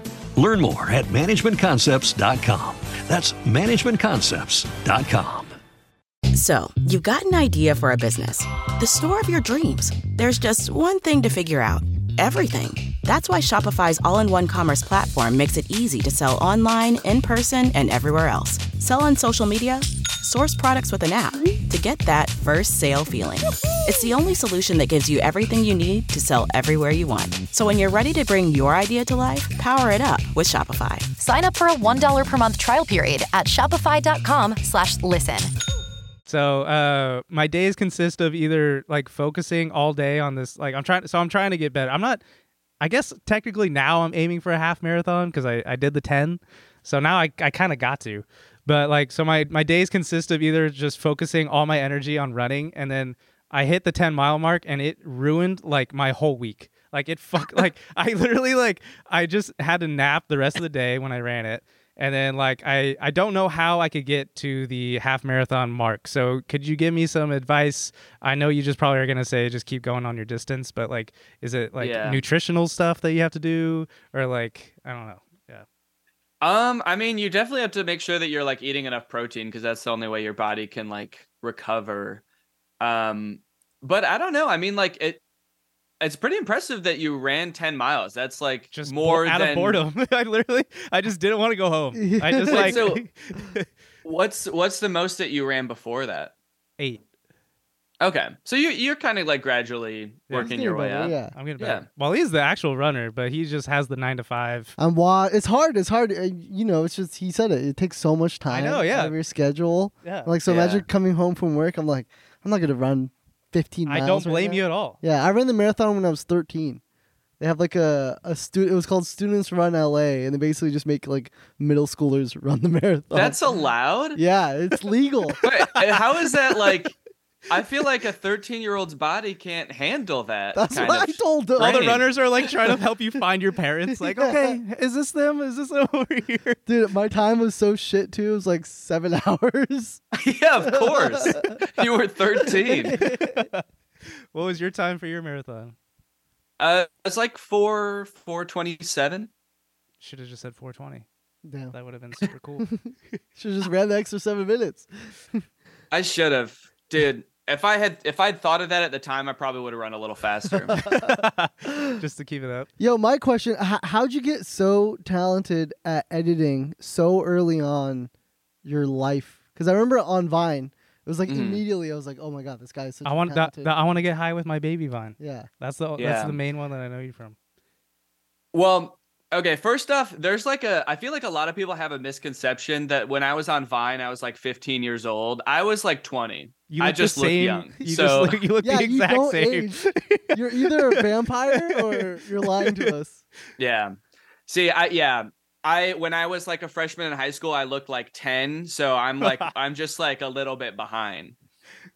Speaker 6: Learn more at managementconcepts.com. That's managementconcepts.com.
Speaker 7: So, you've got an idea for a business, the store of your dreams. There's just one thing to figure out everything. That's why Shopify's all in one commerce platform makes it easy to sell online, in person, and everywhere else. Sell on social media, source products with an app to get that first sale feeling. It's the only solution that gives you everything you need to sell everywhere you want. So, when you're ready to bring your idea to life, power it up with Shopify.
Speaker 8: Sign up for a $1 per month trial period at shopify.com slash listen.
Speaker 2: So uh, my days consist of either like focusing all day on this. Like I'm trying, so I'm trying to get better. I'm not. I guess technically now I'm aiming for a half marathon because I, I did the ten, so now I, I kind of got to. But like so my my days consist of either just focusing all my energy on running and then I hit the ten mile mark and it ruined like my whole week. Like it fuck like I literally like I just had to nap the rest of the day when I ran it. And then like I I don't know how I could get to the half marathon mark. So could you give me some advice? I know you just probably are gonna say just keep going on your distance, but like is it like
Speaker 5: Yeah.
Speaker 2: nutritional stuff that you have to do or like I don't know. Yeah.
Speaker 5: Um, I mean, you definitely have to make sure that you're like eating enough protein because that's the only way your body can like recover. Um, but I don't know. I mean, like it, it's pretty impressive that you ran ten miles. That's like
Speaker 2: Just bo-
Speaker 5: more
Speaker 2: out
Speaker 5: than
Speaker 2: of boredom. I literally I just didn't want to go home. I just
Speaker 1: Wait,
Speaker 2: like
Speaker 5: so- What's what's the most that you ran before that?
Speaker 2: eight.
Speaker 5: Okay, so you you're kind of like gradually
Speaker 2: Yeah.
Speaker 5: working your way up.
Speaker 1: Yeah.
Speaker 2: I'm gonna
Speaker 5: Yeah.
Speaker 2: bet. Well, he's the actual runner, but he just has the nine to five.
Speaker 1: I'm wa- It's hard. It's hard. uh, You know, it's just he said it. It takes so much time.
Speaker 2: know, yeah.
Speaker 1: Out of your schedule.
Speaker 2: Yeah.
Speaker 1: Like so,
Speaker 5: Yeah.
Speaker 1: imagine coming home from work. I'm like, I'm not gonna run 15
Speaker 2: I
Speaker 1: miles.
Speaker 2: don't
Speaker 1: right
Speaker 2: blame
Speaker 1: now.
Speaker 2: you at all.
Speaker 1: Yeah, I ran the marathon when I was 13. They have like a a student. It was called Students Run LA, and they basically just make like middle schoolers run the
Speaker 2: Oh.
Speaker 1: marathon.
Speaker 5: That's allowed.
Speaker 1: yeah, it's legal.
Speaker 5: Wait, how is that like? I feel like a 13 year old's body can't handle that.
Speaker 1: That's
Speaker 5: kind
Speaker 1: what
Speaker 5: of
Speaker 1: I told them.
Speaker 2: All the
Speaker 5: Training.
Speaker 2: runners are like trying to help you find your parents. Like,
Speaker 1: Yeah.
Speaker 2: okay, is this them? Is this over here?
Speaker 1: Dude, my time was so shit too. It was like seven hours.
Speaker 5: yeah, of course. you were 13.
Speaker 2: What was your time for your marathon?
Speaker 5: Uh, it's like four, 427.
Speaker 2: Should have just said 420.
Speaker 1: Damn.
Speaker 2: That would have been super cool.
Speaker 1: Should just ran the extra seven minutes.
Speaker 5: I should have, dude. If I had, if I'd thought of that at the time, I probably would have run a little faster.
Speaker 2: just to keep it up.
Speaker 1: Yo, my question: h- How'd you get so talented at editing so early on your life? Because I remember on Vine, it was like
Speaker 5: Mhm.
Speaker 1: immediately I was like, "Oh my god, this guy is such."
Speaker 2: I
Speaker 1: a
Speaker 2: want that,
Speaker 1: talented.
Speaker 2: that- I want to get high with my baby vine.
Speaker 1: Yeah,
Speaker 2: That's the that's
Speaker 5: Yeah.
Speaker 2: the main one that I know you from.
Speaker 5: Well, okay, first off, there's like a I feel like a lot of people have a misconception that when I was on Vine, I was like 15 years old. I was like 20.
Speaker 2: You
Speaker 5: I
Speaker 2: look the
Speaker 5: just look
Speaker 2: same-
Speaker 5: young,
Speaker 2: You
Speaker 5: so-
Speaker 2: just look, you look
Speaker 1: yeah,
Speaker 2: the
Speaker 1: you
Speaker 2: exact
Speaker 1: don't
Speaker 2: same.
Speaker 1: age. You're either a vampire or you're lying to us.
Speaker 5: Yeah. See, I yeah. I when I was like a freshman in high school, I looked like 10, so I'm like I'm just like a little bit behind.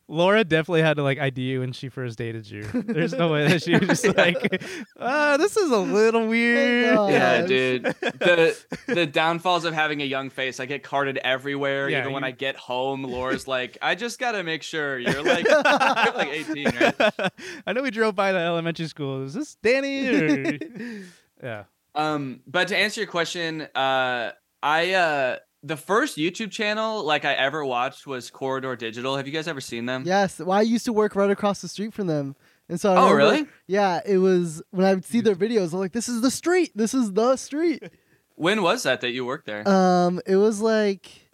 Speaker 2: Laura definitely had to like ID you when she first dated you. There's no way that she was just like, ah, this is a little weird.
Speaker 1: God.
Speaker 5: Yeah,
Speaker 1: Yes.
Speaker 5: dude. The the downfalls of having a young face. I get carded everywhere.
Speaker 2: Yeah,
Speaker 5: Even when
Speaker 2: you-
Speaker 5: I get home, Laura's like, I just gotta make sure you're like you're like 18, right?
Speaker 2: I know we drove by the elementary school. Is this Danny? Or... yeah.
Speaker 5: Um, but to answer your question, uh, I uh, the first YouTube channel like I ever watched was Corridor Digital. Have you guys ever seen them?
Speaker 1: Yes, well, I used to work right across the street from them, and so I
Speaker 5: Oh,
Speaker 1: remember-
Speaker 5: really?
Speaker 1: Yeah, it was when I would see their videos. I'm like, "This is the street. This is the street."
Speaker 5: When was that that you worked there?
Speaker 1: Um, it was like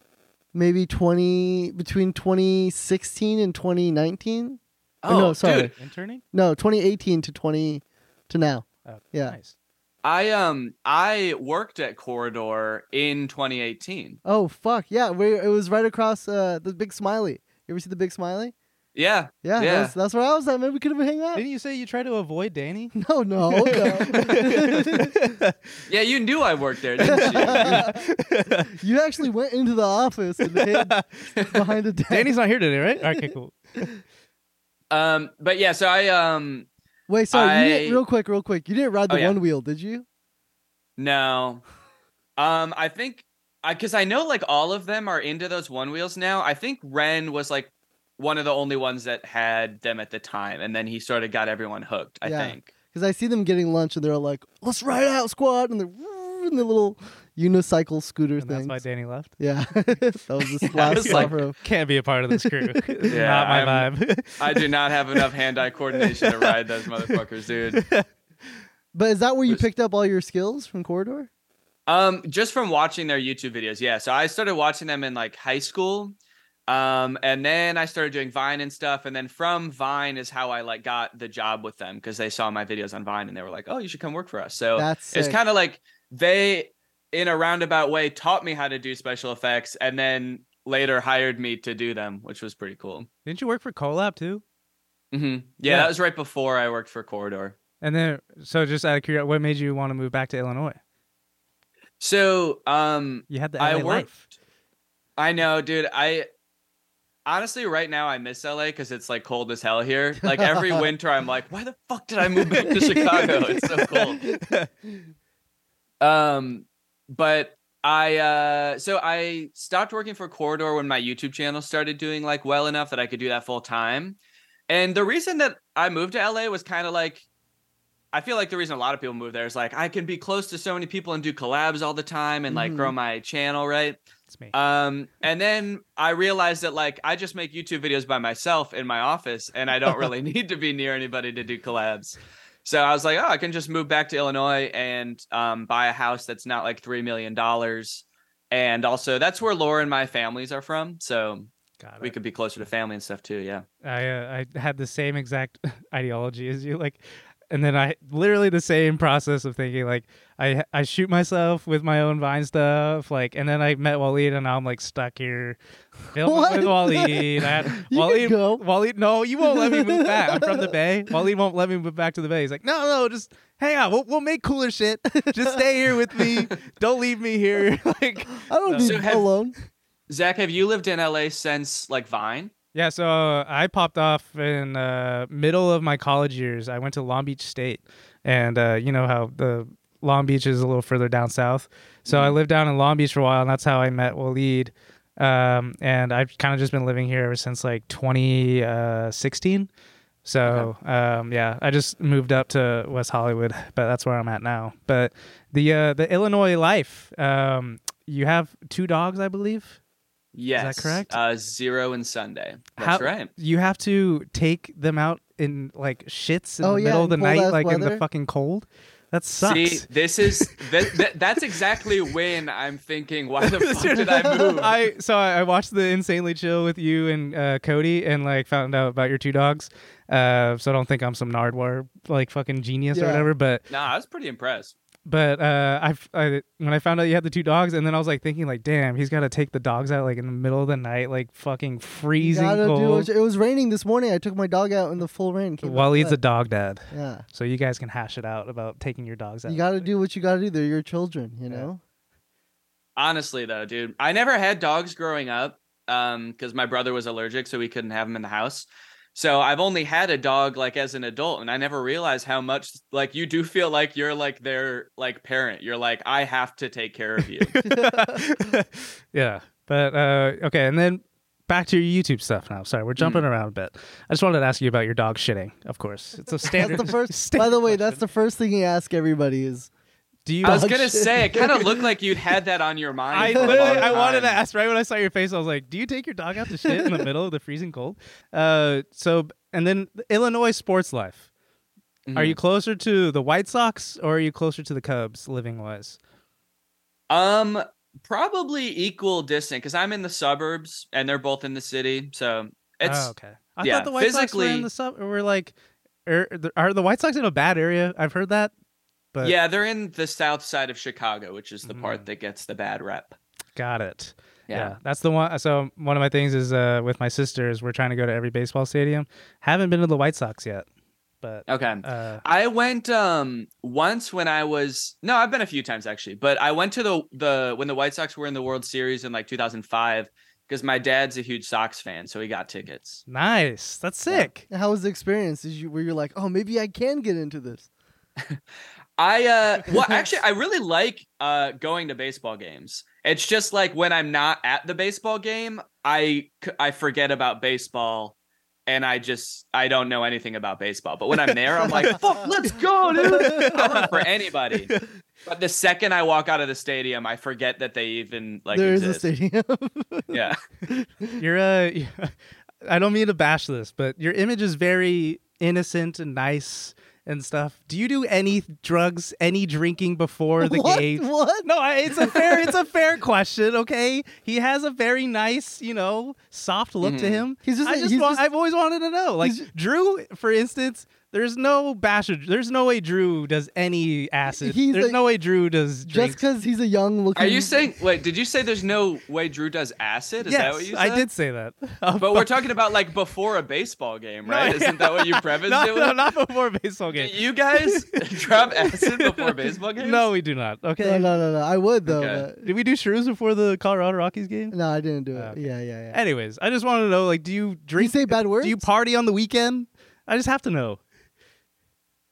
Speaker 1: maybe twenty between twenty sixteen and twenty nineteen.
Speaker 5: oh,
Speaker 1: no, sorry.
Speaker 5: dude,
Speaker 2: Interning?
Speaker 1: No, twenty eighteen to twenty to now.
Speaker 2: Oh,
Speaker 1: Yeah.
Speaker 2: Nice.
Speaker 5: I um I worked at Corridor in 2018.
Speaker 1: Oh fuck yeah! We it was right across uh the big smiley. You ever see the big smiley?
Speaker 5: Yeah,
Speaker 1: Yeah,
Speaker 5: Yeah.
Speaker 1: That's, that's where I was at. Maybe we could have hung out.
Speaker 2: Didn't you say you try to avoid Danny?
Speaker 1: No, no, no.
Speaker 5: yeah. You knew I worked there, didn't you?
Speaker 1: you actually went into the office and hid behind a desk.
Speaker 2: Danny's not here today, right? All right, okay, cool.
Speaker 5: um, but yeah. So I um
Speaker 1: Wait, sorry. You didn't,
Speaker 5: I-
Speaker 1: real quick, real quick. You didn't ride the
Speaker 5: Oh, yeah.
Speaker 1: one wheel, did you?
Speaker 5: no, um I think I because I know like all of them are into those one wheels now. I think Ren was like one of the only ones that had them at the time, and then he sort of got everyone hooked. I
Speaker 1: Yeah.
Speaker 5: think.
Speaker 1: Because I see them getting lunch and they're all like, "Let's ride out, squad!" and they're in the little unicycle scooter
Speaker 2: And that's
Speaker 1: thing.
Speaker 2: why Danny left.
Speaker 1: Yeah, that was this last
Speaker 5: was like-
Speaker 1: Stavro.
Speaker 2: Can't be a part of this crew.
Speaker 5: Yeah,
Speaker 2: not my
Speaker 5: I'm-
Speaker 2: vibe.
Speaker 5: I do not have enough hand-eye coordination to ride those motherfuckers, dude.
Speaker 1: But is that where you
Speaker 5: There's-
Speaker 1: picked up all your skills from Corridor?
Speaker 5: Um, just from watching their YouTube videos, yeah. So I started watching them in like high school, um, and then I started doing Vine and stuff. And then from Vine is how I like got the job with them because they saw my videos on Vine and they were like, "Oh, you should come work for us." So
Speaker 1: That's
Speaker 5: it's
Speaker 1: sick.
Speaker 5: kind of like they, in a roundabout way, taught me how to do special effects, and then later hired me to do them, which was pretty cool.
Speaker 2: Didn't you work for Colab too?
Speaker 5: hmm Yeah,
Speaker 2: Yeah.
Speaker 5: that was right before I worked for Corridor.
Speaker 2: And then, so just out of curiosity, what made you want to move back to Illinois?
Speaker 5: So um,
Speaker 2: You had the LA
Speaker 5: I worked.
Speaker 2: life.
Speaker 5: I know, dude. I honestly, right now, I miss LA because it's like cold as hell here. Like every winter, I'm like, why the fuck did I move back to Chicago? It's so cold. Um, but I uh, so I stopped working for Corridor when my YouTube channel started doing like well enough that I could do that full time. And the reason that I moved to LA was kind of like I feel like the reason a lot of people move there is like I can be close to so many people and do collabs all the time and like
Speaker 1: Mhm.
Speaker 5: grow my channel, right?
Speaker 2: It's me.
Speaker 5: Um, and then I realized that like I just make YouTube videos by myself in my office, and I don't really need to be near anybody to do collabs. So I was like, oh, I can just move back to Illinois and um, buy a house that's not like three million dollars, and also that's where Laura and my families are from, so
Speaker 2: Got it.
Speaker 5: we could be closer to family and stuff too. Yeah,
Speaker 2: I uh, I had the same exact ideology as you, like, and then I literally the same process of thinking, like, I I shoot myself with my own Vine stuff, like, and then I met Waleed, and now I'm like stuck here, filming
Speaker 1: What?
Speaker 2: with Waleed. I had,
Speaker 1: You can
Speaker 2: Waleed,
Speaker 1: go.
Speaker 2: Waleed, no, you won't let me move back. I'm from the Bay. Waleed won't let me move back to the Bay. He's like, no, no, just hang out. We'll, we'll make cooler shit. Just stay here with me. Don't leave me here. like,
Speaker 1: I don't need
Speaker 5: So have-
Speaker 1: alone.
Speaker 5: Zach, have you lived in LA since like Vine?
Speaker 2: Yeah, so uh, I popped off in uh, middle of my college years. I went to Long Beach State, and uh, you know how the Long Beach is a little further down south. So I lived down in Long Beach for a while, and that's how I met Waleed. Um, and I've kind of just been living here ever since like 2016. So um, yeah, I just moved up to West Hollywood, but that's where I'm at now. But the uh, the Illinois life, um, you have two dogs, I believe.
Speaker 5: Yes,
Speaker 2: correct?
Speaker 5: Uh, zero and Sunday.
Speaker 2: How-
Speaker 5: That's right.
Speaker 2: You have to take them out in like shits in
Speaker 1: Oh,
Speaker 2: the
Speaker 1: yeah,
Speaker 2: middle
Speaker 1: in
Speaker 2: of the
Speaker 1: cold
Speaker 2: night,
Speaker 1: ass
Speaker 2: like in
Speaker 1: weather.
Speaker 2: the fucking cold. That sucks.
Speaker 5: See, this is th- th- that's exactly when I'm thinking, why the fuck did I move?
Speaker 2: I so I I watched the insanely chill with you and uh, Cody and like found out about your two dogs. Uh, so I don't think I'm some Nardwar like fucking genius or
Speaker 1: Yeah.
Speaker 2: whatever. But
Speaker 5: Nah, I was pretty impressed.
Speaker 2: but uh, I, I when I found out you had the two dogs, and then I was like thinking like, damn, he's got to take the dogs out like in the middle of the night, like fucking
Speaker 1: You
Speaker 2: freezing
Speaker 1: gotta do
Speaker 2: cold.
Speaker 1: what you- it was raining this morning. I took my dog out in the full rain. came out
Speaker 2: Waleed's a
Speaker 1: wet.
Speaker 2: dog dad,
Speaker 1: yeah.
Speaker 2: so you guys can hash it out about taking your dogs out.
Speaker 1: You gotta do what you gotta do. They're your children, you know.
Speaker 5: Honestly, though, dude, I never had dogs growing up um because my brother was allergic, so we couldn't have him in the house. So I've only had a dog like as an adult, and I never realized how much like you do feel like you're like their like parent. You're like, I have to take care of you.
Speaker 2: yeah. But uh, okay, and then back to your YouTube stuff now. Sorry, we're jumping
Speaker 5: Mm.
Speaker 2: around a bit. I just wanted to ask you about your dog shitting. Of course, it's a standard.
Speaker 1: That's the first.
Speaker 2: standard
Speaker 1: By the way, that's
Speaker 2: question.
Speaker 1: the first thing you ask everybody is
Speaker 2: Do you?
Speaker 5: I was
Speaker 1: Dog
Speaker 5: gonna
Speaker 1: shit.
Speaker 5: say, it kind of looked like you'd had that on your mind.
Speaker 2: I
Speaker 5: for a
Speaker 2: literally,
Speaker 5: long
Speaker 2: I wanted to
Speaker 5: time.
Speaker 2: ask right when I saw your face. I was like, "Do you take your dog out to shit in the middle of the freezing cold?" Uh, so, and then the Illinois sports life. Are
Speaker 5: Mhm.
Speaker 2: you closer to the White Sox or are you closer to the Cubs, living wise?
Speaker 5: Um, probably equal distant because I'm in the suburbs and they're both in the city, so it's
Speaker 2: oh, okay. I
Speaker 5: yeah,
Speaker 2: thought the White Sox were in
Speaker 5: physically-
Speaker 2: the sub. Were like, are, are the White Sox in a bad area? I've heard that. But Mm.
Speaker 5: yeah, they're in the south side of Chicago, which is the part that gets the bad rep.
Speaker 2: Got it. Yeah.
Speaker 5: Yeah.
Speaker 2: that's the one. So one of my things is uh, with my sisters, we're trying to go to every baseball stadium. Haven't been to the White Sox yet, but
Speaker 5: Okay.
Speaker 2: uh,
Speaker 5: I went um once when I was no, I've been a few times actually, but I went to the the when the White Sox were in the World Series in like 2005 because my dad's a huge Sox fan, so he
Speaker 2: Mm.
Speaker 5: got tickets.
Speaker 2: nice. That's sick.
Speaker 1: How was the experience? Did you were you like, oh, maybe I can get into this?
Speaker 5: I uh well actually I really like uh going to baseball games. It's just like when I'm not at the baseball game, I c- I forget about baseball and I just I don't know anything about baseball. But when I'm there, I'm like, "Fuck, let's go, dude." I'm up for anybody. But the second I walk out of the stadium, I forget that they even like
Speaker 1: there is
Speaker 5: exist.
Speaker 1: a stadium.
Speaker 5: Yeah.
Speaker 2: You're uh, I don't mean to bash this, but your image is very innocent and nice and stuff. Do you do any drugs, any drinking before the
Speaker 1: what?
Speaker 2: game?
Speaker 1: What?
Speaker 2: No, I, it's a fair it's a fair question. Okay, he has a very nice, you know, soft look to him.
Speaker 1: Mm-hmm. He's just-
Speaker 2: I just,
Speaker 1: he's
Speaker 2: wa-
Speaker 1: just-
Speaker 2: I've always wanted to know. Like Drew, for instance, there's no bash. of- There's no way Drew does any acid.
Speaker 1: He's
Speaker 2: there's
Speaker 1: like-
Speaker 2: no way Drew does
Speaker 1: Just
Speaker 2: drinks.
Speaker 1: because he's a young looking.
Speaker 5: Are you saying wait, did you say there's no way Drew does acid? Is
Speaker 2: yes,
Speaker 5: that what you said?
Speaker 2: I did say that.
Speaker 5: But we're talking about like before a baseball game,
Speaker 2: No,
Speaker 5: right?
Speaker 2: yeah.
Speaker 5: Isn't that what you prefaced
Speaker 2: no,
Speaker 5: it with?
Speaker 2: no, not before baseball game.
Speaker 5: You guys drop acid before baseball games?
Speaker 2: No, we do not. Okay.
Speaker 1: No, no, no, no. I would though.
Speaker 5: Okay.
Speaker 2: Did we do shrooms before the Colorado Rockies game?
Speaker 1: But... No, I didn't do it.
Speaker 2: Okay.
Speaker 1: Yeah, yeah, yeah.
Speaker 2: Anyways, I just want to know, like, do you drink?
Speaker 1: say bad
Speaker 2: Do
Speaker 1: words?
Speaker 2: you party on the weekend? I just have to know.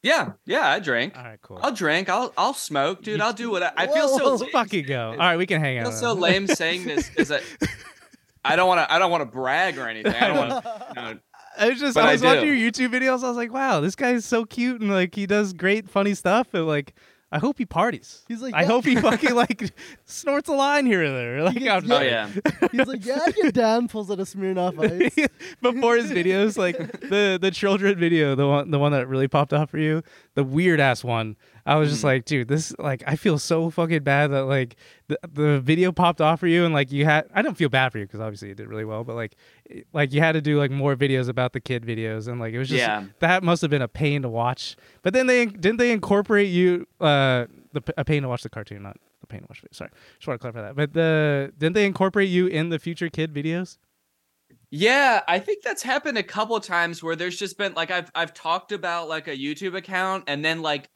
Speaker 5: Yeah, yeah, I drink.
Speaker 2: All right, cool.
Speaker 5: I'll drink. I'll I'll smoke, dude. I'll do what I, I feel
Speaker 1: Whoa,
Speaker 5: so
Speaker 1: whoa,
Speaker 5: lame.
Speaker 2: fucking go. All right, we can hang
Speaker 5: I
Speaker 2: out.
Speaker 5: feel
Speaker 2: now.
Speaker 5: so lame saying this because I I don't want to I don't want to brag or anything. I don't want to.
Speaker 2: I was just
Speaker 5: But
Speaker 2: I
Speaker 5: I
Speaker 2: was
Speaker 5: do.
Speaker 2: watching your YouTube videos. I was like, wow, this guy's so cute and like he does great funny stuff and like I hope he parties.
Speaker 1: He's like,
Speaker 2: I
Speaker 1: yeah.
Speaker 2: hope he fucking like snorts a line here and there. Like I'm
Speaker 5: Oh yeah.
Speaker 1: He's like, yeah, I get down. Pulls out a Smirnoff Ice.
Speaker 2: Before his videos, like the the children video, the one the one that really popped off for you, the weird ass one. I was just like, dude, this like I feel so fucking bad that like the, the video popped off for you and like you had I don't feel bad for you because obviously you did really well, but like it- like you had to do like more videos about the kid videos and like it was just
Speaker 5: Yeah.
Speaker 2: that must have been a pain to watch. But then they didn't they incorporate you uh the p- a pain to watch the cartoon, not the pain to watch. Video. Sorry, just want to clarify that. But the didn't they incorporate you in the future kid videos?
Speaker 5: Yeah, I think that's happened a couple times where there's just been like I've I've talked about like a YouTube account and then like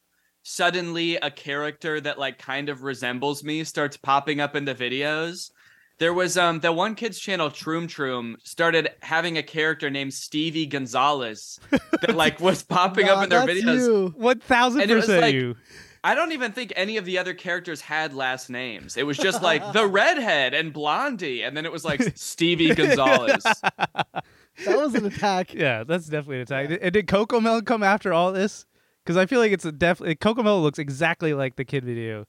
Speaker 5: suddenly a character that like kind of resembles me starts popping up in the videos. There was um the one kid's channel Troom Troom started having a character named Stevie Gonzalez that like was popping
Speaker 1: Nah,
Speaker 5: up in their
Speaker 1: that's
Speaker 5: videos.
Speaker 1: You.
Speaker 2: One thousand
Speaker 5: And it was
Speaker 2: percent
Speaker 5: like-
Speaker 2: you.
Speaker 5: I don't even think any of the other characters had last names. It was just like the redhead and Blondie, and then it was like Stevie Gonzalez.
Speaker 1: That was an attack.
Speaker 2: Yeah, that's definitely an attack. And did Coco Mel come after all this? Because I feel like it's a definitely Coco Mel looks exactly like the kid video.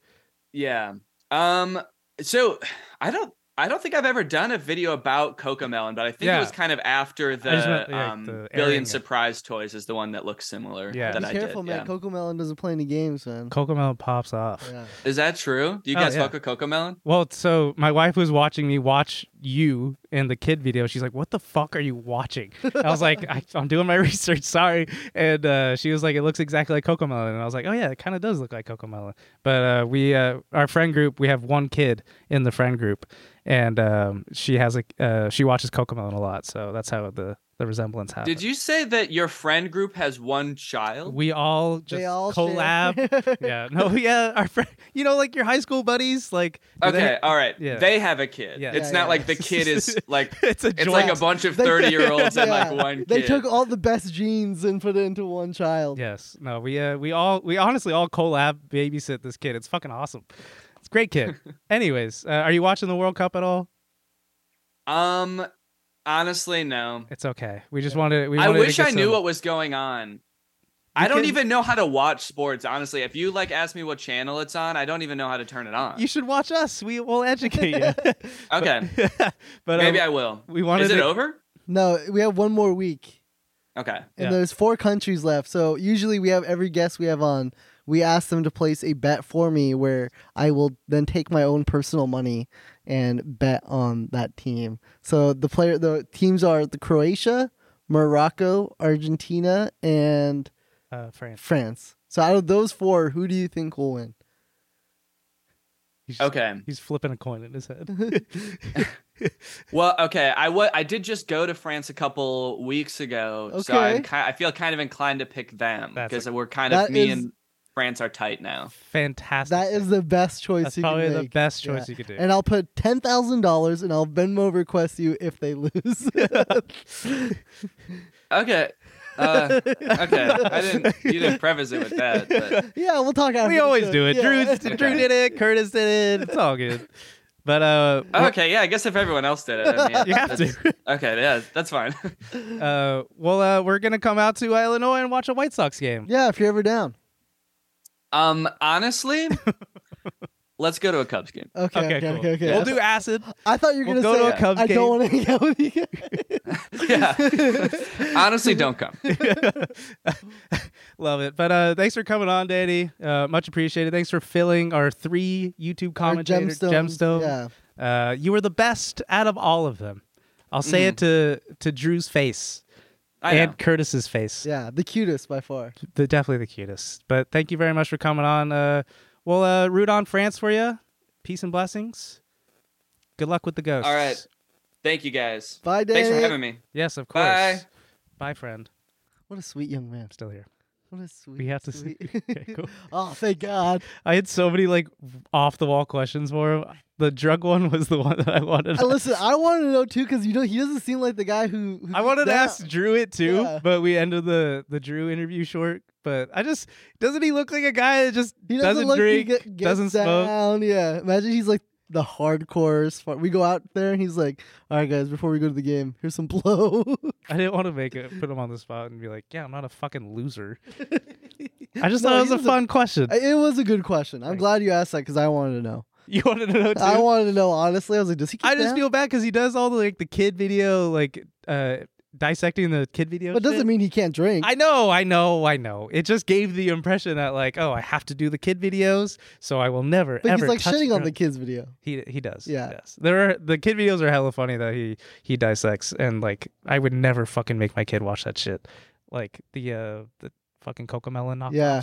Speaker 5: Yeah. Um. So I don't. I don't think I've ever done a video about Cocomelon, but I think
Speaker 2: Yeah.
Speaker 5: it was kind of after the,
Speaker 2: just meant, like,
Speaker 5: um,
Speaker 2: the airing
Speaker 5: Billion
Speaker 2: of-
Speaker 5: Surprise Toys is the one that looks similar.
Speaker 2: Yeah.
Speaker 5: that
Speaker 1: Be
Speaker 5: I
Speaker 1: careful,
Speaker 5: did.
Speaker 1: man.
Speaker 5: yeah.
Speaker 1: Coco Melon doesn't play any games, man.
Speaker 2: Coco Mel pops off.
Speaker 1: yeah.
Speaker 5: Is that true? Do you
Speaker 2: Oh,
Speaker 5: guys
Speaker 2: yeah.
Speaker 5: fuck with Cocomelon?
Speaker 2: Well, so my wife was watching me watch you and the kid video. She's like, "What the fuck are you watching?" I was like, I, "I'm doing my research, sorry." And uh, she was like, "It looks exactly like Coco Melon." And I was like, "Oh yeah, it kind of does look like Coco Melon." But uh, we, uh, our friend group, we have one kid in the friend group, and um, she has a uh, she watches Coco Melon a lot, so that's how the the resemblance happened.
Speaker 5: Did you say that your friend group has one child?
Speaker 2: Uh, We all just
Speaker 1: They all share.
Speaker 2: collab. yeah, no, yeah, our friend, you know, like your high school buddies, like do
Speaker 5: okay,
Speaker 2: they-
Speaker 5: all right.
Speaker 2: yeah.
Speaker 5: They have a kid.
Speaker 2: Yeah.
Speaker 5: It's
Speaker 1: Yeah,
Speaker 5: not
Speaker 1: yeah.
Speaker 5: like the kid is like.
Speaker 2: It's a
Speaker 5: It's like a
Speaker 2: joint.
Speaker 5: bunch of
Speaker 1: They-
Speaker 5: thirty-year-olds and like
Speaker 1: Yeah.
Speaker 5: one kid.
Speaker 1: They took all the best genes and put it into one child.
Speaker 2: Yes. No, we uh, we all we honestly all collab babysit this kid. It's fucking awesome. It's a great kid. Anyways, uh, are you watching the World Cup at all?
Speaker 5: um, honestly, no.
Speaker 2: It's okay. We just wanted we
Speaker 5: I
Speaker 2: wanted to
Speaker 5: wish
Speaker 2: get
Speaker 5: I knew
Speaker 2: some-
Speaker 5: what was going on. I don't
Speaker 2: can-
Speaker 5: even know how to watch sports, honestly. If you like ask me what channel it's on, I don't even know how to turn it on.
Speaker 2: You should watch us. We will educate you.
Speaker 5: okay,
Speaker 2: but
Speaker 5: maybe
Speaker 2: um,
Speaker 5: I will.
Speaker 2: we wanted
Speaker 5: Is it
Speaker 2: to-
Speaker 5: over?
Speaker 1: No, we have one more week,
Speaker 5: Okay.
Speaker 1: and
Speaker 2: Yeah.
Speaker 1: there's four countries left. So usually we have every guest we have on. we asked them to place a bet for me where I will then take my own personal money and bet on that team. So the player the teams are the Croatia, Morocco, Argentina, and
Speaker 2: Uh, France.
Speaker 1: France. So out of those four, who do you think will win?
Speaker 2: He's just-
Speaker 5: Okay.
Speaker 2: He's flipping a coin in his head.
Speaker 5: Well, okay. I wa- I did just go to France a couple weeks ago, so
Speaker 1: Okay.
Speaker 5: I'm ki- I feel kind of inclined to pick them
Speaker 2: That's
Speaker 5: because we're kind of
Speaker 1: That
Speaker 5: me
Speaker 1: is-
Speaker 5: and France are tight now.
Speaker 2: Fantastic.
Speaker 1: That is
Speaker 2: pick.
Speaker 1: the best choice
Speaker 2: That's
Speaker 1: you
Speaker 2: probably
Speaker 1: can
Speaker 2: the
Speaker 1: make.
Speaker 2: best choice you could do.
Speaker 1: And I'll put ten thousand dollars, and I'll Venmo request you if they lose.
Speaker 5: Okay. Uh, okay. I didn't. You didn't preface it with that. But
Speaker 1: yeah, we'll talk after.
Speaker 2: we
Speaker 1: the
Speaker 2: always
Speaker 1: show.
Speaker 2: do it.
Speaker 1: Yeah.
Speaker 2: Drew, Drew did it. Curtis did it. It's all good. But uh,
Speaker 5: Oh, okay. Yeah. I guess if everyone else did it, I mean,
Speaker 2: You have
Speaker 5: that's- Okay. Yeah. That's fine.
Speaker 2: uh, well, uh, we're gonna come out to Illinois and watch a White Sox game.
Speaker 1: Yeah, if you're ever down.
Speaker 5: Um. Honestly, let's go to a Cubs game.
Speaker 1: Okay, okay, okay,
Speaker 2: cool.
Speaker 1: okay.
Speaker 2: We'll do acid.
Speaker 1: I thought you were
Speaker 2: we'll
Speaker 1: gonna
Speaker 2: go to
Speaker 1: say
Speaker 2: a Cubs
Speaker 1: I
Speaker 2: game.
Speaker 1: don't want to hang out with you. guys."
Speaker 5: Yeah. Honestly, don't come.
Speaker 2: Love it. But uh, thanks for coming on, Danny. Uh, much appreciated. Thanks for filling our three YouTube
Speaker 1: Or
Speaker 2: commentators.
Speaker 1: gemstones.
Speaker 2: Gemstone.
Speaker 1: Yeah.
Speaker 2: Uh, you were the best out of all of them. I'll say it
Speaker 1: Mm.
Speaker 2: to to Drew's face
Speaker 5: I
Speaker 2: and
Speaker 5: know.
Speaker 2: Curtis's face.
Speaker 1: Yeah, the cutest by far.
Speaker 2: The, definitely the cutest. But thank you very much for coming on. Uh, we'll uh, root on France for you. Peace and blessings. Good luck with the ghosts.
Speaker 5: All right. Thank you guys.
Speaker 1: Bye,
Speaker 5: Thanks for
Speaker 1: Danny.
Speaker 5: having me.
Speaker 2: Yes, of course.
Speaker 5: Bye.
Speaker 2: Bye, friend.
Speaker 1: What a sweet young man.
Speaker 2: I'm still here.
Speaker 1: What a sweet.
Speaker 2: We have to see.
Speaker 1: sweet.
Speaker 2: Okay, cool.
Speaker 1: oh, thank God.
Speaker 2: I had so many like off the wall questions for him. The drug one was the one that I wanted.
Speaker 1: Uh, listen, I want to know too because you know he doesn't seem like the guy who. who
Speaker 2: I wanted to
Speaker 1: Yeah.
Speaker 2: ask Drew it too,
Speaker 1: Yeah.
Speaker 2: but we ended the the Drew interview short. But I just doesn't he look like a guy that just
Speaker 1: He
Speaker 2: doesn't,
Speaker 1: doesn't, look.
Speaker 2: drink,
Speaker 1: he get, gets
Speaker 2: doesn't smoke?
Speaker 1: down. Yeah, imagine he's like the hardcore. as far- We go out there and he's like, "All right, guys, before we go to the game, here's some blow."
Speaker 2: I didn't want to make it put him on the spot and be like, "Yeah, I'm not a fucking loser." I just
Speaker 1: No,
Speaker 2: thought it
Speaker 1: he
Speaker 2: was a
Speaker 1: was a-
Speaker 2: fun question.
Speaker 1: it was a good question. I'm glad you asked that because I wanted to know.
Speaker 2: you wanted to know too.
Speaker 1: I wanted to know honestly. I was like, "Does he?" Keep
Speaker 2: I just
Speaker 1: down?
Speaker 2: feel bad because he does all the like the kid video, like uh dissecting the kid video.
Speaker 1: But it
Speaker 2: shit.
Speaker 1: doesn't mean he can't drink.
Speaker 2: I know, I know, I know. It just gave the impression that like, oh, I have to do the kid videos, so I will never
Speaker 1: but
Speaker 2: ever.
Speaker 1: he's like
Speaker 2: touch
Speaker 1: shitting on
Speaker 2: drugs.
Speaker 1: the kids video.
Speaker 2: He he does.
Speaker 1: Yeah.
Speaker 2: He does. There are the kid videos are hella funny though. He he dissects and like I would never fucking make my kid watch that shit. Like the uh the fucking cocomelon knockoffs.
Speaker 1: Yeah.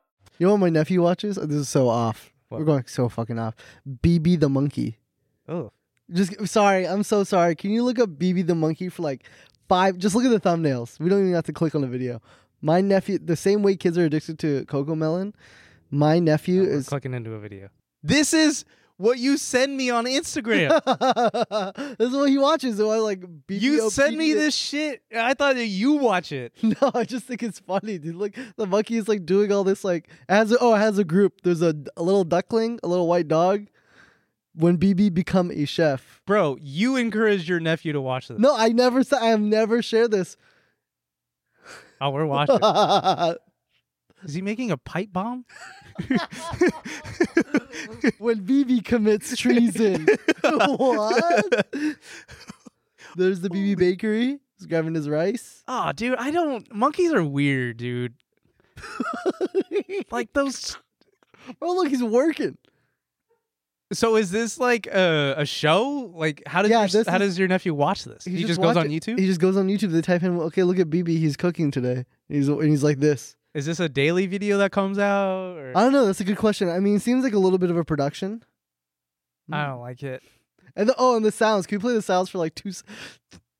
Speaker 1: You know what my nephew watches? This is so off.
Speaker 2: What?
Speaker 1: We're going so fucking off. BB the monkey.
Speaker 2: Oh.
Speaker 1: Just sorry, I'm so sorry. Can you look up BB the monkey for like five? Just look at the thumbnails. We don't even have to click on the video. My nephew, the same way kids are addicted to cocoa melon, my nephew
Speaker 2: We're
Speaker 1: is.
Speaker 2: clicking into a video. This is what you send me on Instagram.
Speaker 1: this is what he watches. So I like BB.
Speaker 2: you send me this shit. I thought that you watch it.
Speaker 1: No, I just think it's funny, dude. Like the monkey is like doing all this, like as a, oh, it has a group. There's a, a little duckling, a little white dog. When BB become a chef,
Speaker 2: Bro, you encouraged your nephew to watch this.
Speaker 1: No, I never said. I have never shared this.
Speaker 2: Oh, we're watching.
Speaker 1: when
Speaker 2: is he making a pipe bomb?
Speaker 1: BB commits treason. what? There's the BB Bakery. He's grabbing his rice.
Speaker 2: Oh, dude, I don't. Monkeys are weird, dude. like those.
Speaker 1: Oh look, he's working.
Speaker 2: So is this like a, a show? Like how does
Speaker 1: Yeah,
Speaker 2: your,
Speaker 1: this
Speaker 2: how
Speaker 1: is-
Speaker 2: does your nephew watch this? He, just, goes
Speaker 1: watch it.
Speaker 2: on YouTube.
Speaker 1: He just goes on YouTube. They type in, okay, look at BB. He's cooking today. And he's and he's like this.
Speaker 2: Is this a daily video that comes out? Or?
Speaker 1: I don't know. That's a good question. I mean, it seems like a little bit of a production.
Speaker 2: I don't like it.
Speaker 1: And the, oh, and the sounds. Can we play the sounds for like two, s-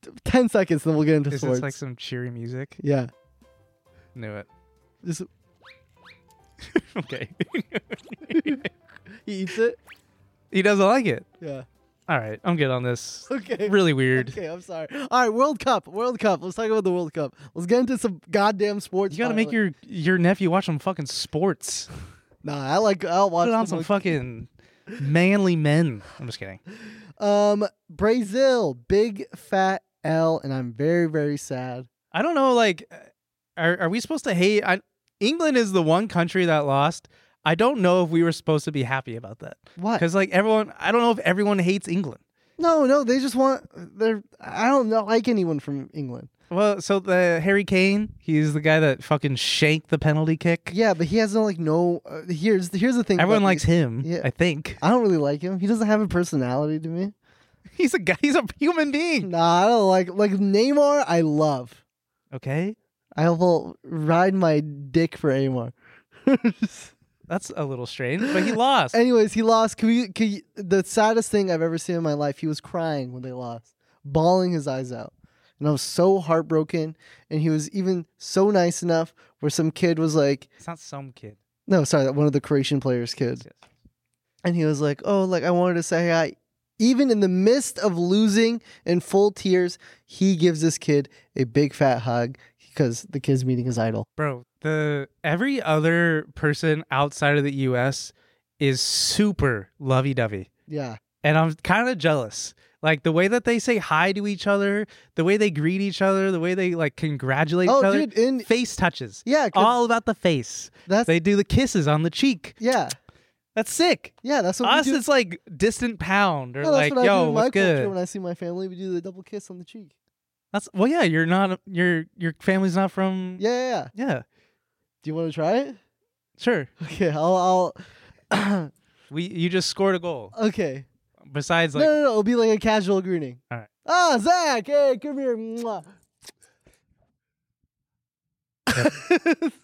Speaker 1: t- ten seconds, then we'll get into
Speaker 2: Is
Speaker 1: sports.
Speaker 2: this like some cheery music?
Speaker 1: yeah.
Speaker 2: Knew it.
Speaker 1: Just,
Speaker 2: okay.
Speaker 1: he eats it.
Speaker 2: he doesn't like it.
Speaker 1: Yeah.
Speaker 2: All right, I'm good on this.
Speaker 1: Okay.
Speaker 2: Really weird.
Speaker 1: Okay, I'm sorry. All right, World Cup. World Cup. Let's talk about the World Cup. Let's get into some goddamn sports.
Speaker 2: You gotta make
Speaker 1: finally.
Speaker 2: your your nephew watch some fucking sports.
Speaker 1: Nah, I like. I'll watch.
Speaker 2: Put on
Speaker 1: the
Speaker 2: some
Speaker 1: World-
Speaker 2: fucking manly men. I'm just kidding.
Speaker 1: Um, Brazil, big fat L, and I'm very very sad.
Speaker 2: I don't know. Like, uh, are are we supposed to hate? I, England is the one country that lost. I don't know if we were supposed to be happy about that.
Speaker 1: What?
Speaker 2: Because like everyone, I don't know if everyone hates England.
Speaker 1: No, no, they just want. They're. I don't know, like anyone from England.
Speaker 2: Well, so the Harry Kane, he's the guy that fucking shanked the penalty kick.
Speaker 1: Yeah, but he has no like no. Uh, here's here's the thing. about
Speaker 2: Everyone
Speaker 1: me.
Speaker 2: likes him.
Speaker 1: Yeah.
Speaker 2: I think
Speaker 1: I don't really like him. He doesn't have a personality to me.
Speaker 2: he's a guy. He's a human being.
Speaker 1: Nah, I don't like like Neymar. I love.
Speaker 2: Okay,
Speaker 1: I will ride my dick for Neymar.
Speaker 2: that's a little strange, but he lost.
Speaker 1: Anyways, he lost. Can we, can you- the saddest thing I've ever seen in my life. He was crying when they lost, bawling his eyes out, and I was so heartbroken. And he was even so nice enough where some kid was like,
Speaker 2: it's not some kid.
Speaker 1: "No, sorry, one of the Croatian players' kids,"
Speaker 2: Yes.
Speaker 1: and he was like, "Oh, like I wanted to say hi." Even in the midst of losing and full tears, he gives this kid a big fat hug because the kid's meeting his idol.
Speaker 2: Bro, the every other person outside of the US is super lovey dovey.
Speaker 1: Yeah,
Speaker 2: And I'm kind of jealous. Like the way that they say hi to each other, the way they greet each other, the way they like congratulate
Speaker 1: Oh,
Speaker 2: each other.
Speaker 1: dude, in-
Speaker 2: face touches.
Speaker 1: Yeah, 'cause-
Speaker 2: All about the face.
Speaker 1: That's-
Speaker 2: they do the kisses on the cheek.
Speaker 1: yeah,
Speaker 2: That's sick.
Speaker 1: yeah. That's what
Speaker 2: Us,
Speaker 1: we do.
Speaker 2: it's like distant pound or
Speaker 1: No,
Speaker 2: like,
Speaker 1: that's what I do
Speaker 2: yo,
Speaker 1: in my
Speaker 2: what's
Speaker 1: culture
Speaker 2: good?
Speaker 1: when I see my family. We do the double kiss on the cheek.
Speaker 2: That's well, yeah. You're not. Your your family's not from.
Speaker 1: Yeah, yeah. yeah.
Speaker 2: Yeah.
Speaker 1: Do you want to try it?
Speaker 2: Sure.
Speaker 1: Okay, I'll. I'll
Speaker 2: We you just scored a goal.
Speaker 1: okay.
Speaker 2: Besides, like
Speaker 1: no, no, no. It'll be like a casual greeting.
Speaker 2: All right.
Speaker 1: Ah, Zach, hey, come here. Mwah.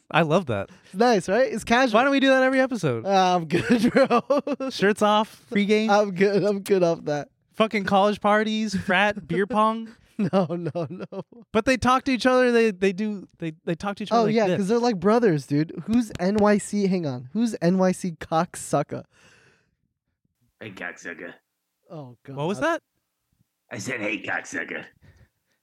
Speaker 2: I love that.
Speaker 1: It's nice, right? It's casual.
Speaker 2: Why don't we do that every episode?
Speaker 1: Ah, I'm good, bro.
Speaker 2: Shirts off, free game,
Speaker 1: I'm good. I'm good off that.
Speaker 2: fucking college parties, frat, beer pong.
Speaker 1: No, no, no.
Speaker 2: But they talk to each other. They they do they they talk to each other.
Speaker 1: Oh
Speaker 2: like
Speaker 1: yeah,
Speaker 2: this.
Speaker 1: because they're like brothers, dude. Who's NYC? Hang on. Who's NYC cocksucker?
Speaker 3: Hey, cocksucker.
Speaker 1: Oh god.
Speaker 2: what was that?
Speaker 3: I said, hey, cocksucker.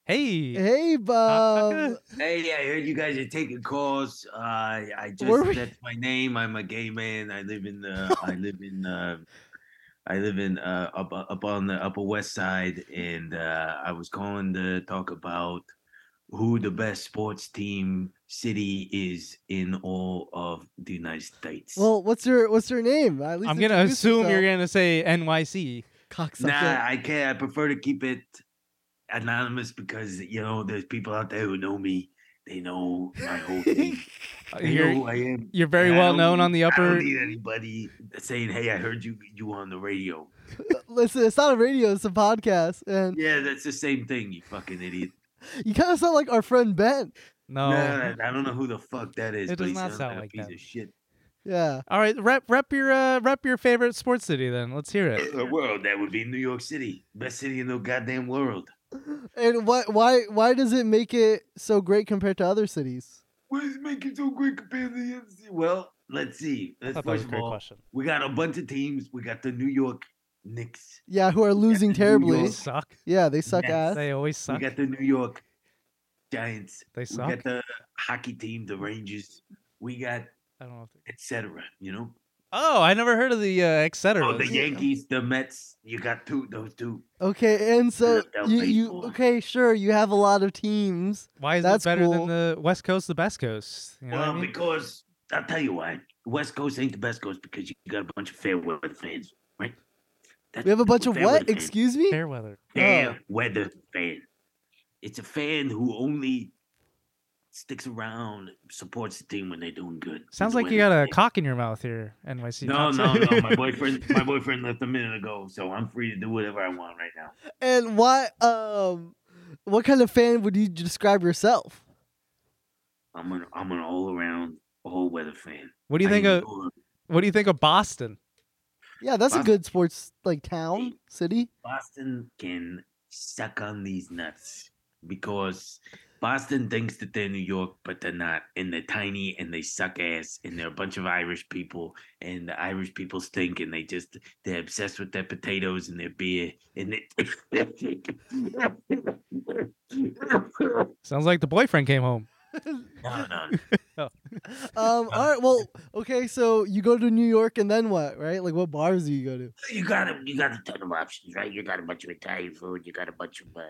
Speaker 2: Hey,
Speaker 1: Hey, Bob.
Speaker 2: Cocksucker?
Speaker 3: Hey, I heard you guys are taking calls. Uh, I just
Speaker 1: Were we-
Speaker 3: that's my name. I'm a gay man. I live in uh, I live in uh, I live in uh, up up on the Upper West Side, and uh, I was calling to talk about who the best sports team city is in all of the United States.
Speaker 1: Well, what's your what's your name? At least
Speaker 2: I'm gonna
Speaker 1: introduce
Speaker 2: assume
Speaker 1: yourself.
Speaker 2: you're gonna say NYC.
Speaker 1: cocksucker.
Speaker 3: nah, I can't. I prefer to keep it anonymous because you know there's people out there who know me. They know my whole thing. They know
Speaker 2: Uh, You're
Speaker 3: who I am.
Speaker 2: you're very
Speaker 3: And oh, I
Speaker 2: well
Speaker 3: don't
Speaker 2: known
Speaker 3: need-
Speaker 2: on the
Speaker 3: I
Speaker 2: upper.
Speaker 3: don't need anybody saying, "Hey, I heard you you on the radio."
Speaker 1: Listen, it's not a radio, it's a podcast. And
Speaker 3: Yeah, that's the same thing. You fucking idiot.
Speaker 1: you kind of sound like our friend Ben.
Speaker 2: No.
Speaker 3: Nah, I don't know who the fuck that is.
Speaker 2: Oh. It
Speaker 3: but
Speaker 2: does
Speaker 3: he
Speaker 2: not
Speaker 3: sounds
Speaker 2: sound
Speaker 3: a
Speaker 2: like
Speaker 3: piece
Speaker 2: that.
Speaker 3: of shit.
Speaker 1: Yeah.
Speaker 2: All right, rep rep your uh, rep your favorite sports city then. Let's hear it.
Speaker 3: The world Uh, that would be New York City, best city in the goddamn world.
Speaker 1: And why why why does it make it so great compared to other cities?
Speaker 3: What is making so great compared to the other city? Well, let's see.
Speaker 2: I
Speaker 3: Let's,
Speaker 2: thought that was
Speaker 3: first
Speaker 2: a
Speaker 3: of
Speaker 2: great
Speaker 3: all,
Speaker 2: question.
Speaker 3: we got a bunch of teams. We got the New York Knicks.
Speaker 1: Yeah, who are losing
Speaker 3: New
Speaker 1: terribly.
Speaker 3: York.
Speaker 2: Suck.
Speaker 1: Yeah, they suck
Speaker 3: Yes.
Speaker 1: ass.
Speaker 2: They always suck.
Speaker 3: We got the New York Giants.
Speaker 2: They
Speaker 3: we
Speaker 2: suck.
Speaker 3: got the hockey team, the Rangers. We got
Speaker 2: I don't know. If they...
Speaker 3: etc. You know,
Speaker 2: Oh, I never heard of the uh, et cetera.
Speaker 3: oh, the Yankees, the Mets. You got two, those two.
Speaker 1: Okay, and so
Speaker 3: Philadelphia
Speaker 1: you, you
Speaker 3: people.
Speaker 1: okay, sure, you have a lot of teams.
Speaker 2: Why is
Speaker 1: That's
Speaker 2: it better
Speaker 1: cool.
Speaker 2: than the West Coast, the best coast? You know what
Speaker 3: well,
Speaker 2: I mean?
Speaker 3: because I'll tell you why. West Coast ain't the best coast because you got a bunch of fair weather fans, right? That's
Speaker 1: We have a bunch of
Speaker 3: fair
Speaker 1: what?
Speaker 3: weather fans.
Speaker 1: Excuse me?
Speaker 2: Fair weather.
Speaker 3: fair weather fan. It's a fan who only sticks around, supports the team when they're doing good.
Speaker 2: Sounds
Speaker 3: When
Speaker 2: like you
Speaker 3: they're
Speaker 2: got a
Speaker 3: winning.
Speaker 2: cock in your mouth here, NYC.
Speaker 3: No,
Speaker 2: cops.
Speaker 3: no, no. My boyfriend, my boyfriend left a minute ago, so I'm free to do whatever I want right now.
Speaker 1: And why um what kind of fan would you describe yourself?
Speaker 3: I'm an I'm an all around all weather fan.
Speaker 2: What do you
Speaker 3: I
Speaker 2: think of
Speaker 3: enjoy
Speaker 2: what do you think of Boston?
Speaker 1: Yeah, that's a
Speaker 3: Wow.
Speaker 1: good sports like town, city.
Speaker 3: Boston can suck on these nuts because Boston thinks that they're New York, but they're not, and they're tiny and they suck ass, and they're a bunch of Irish people, and the Irish people stink, and they just they're obsessed with their potatoes and their beer, and they.
Speaker 2: Sounds like the boyfriend came home.
Speaker 3: No, no.
Speaker 1: Um, all right, well, okay, so you go to New York and then what, right? Like, what bars do you go to?
Speaker 3: You got a, you got a ton of options, right? You got a bunch of Italian food. You got a bunch of uh,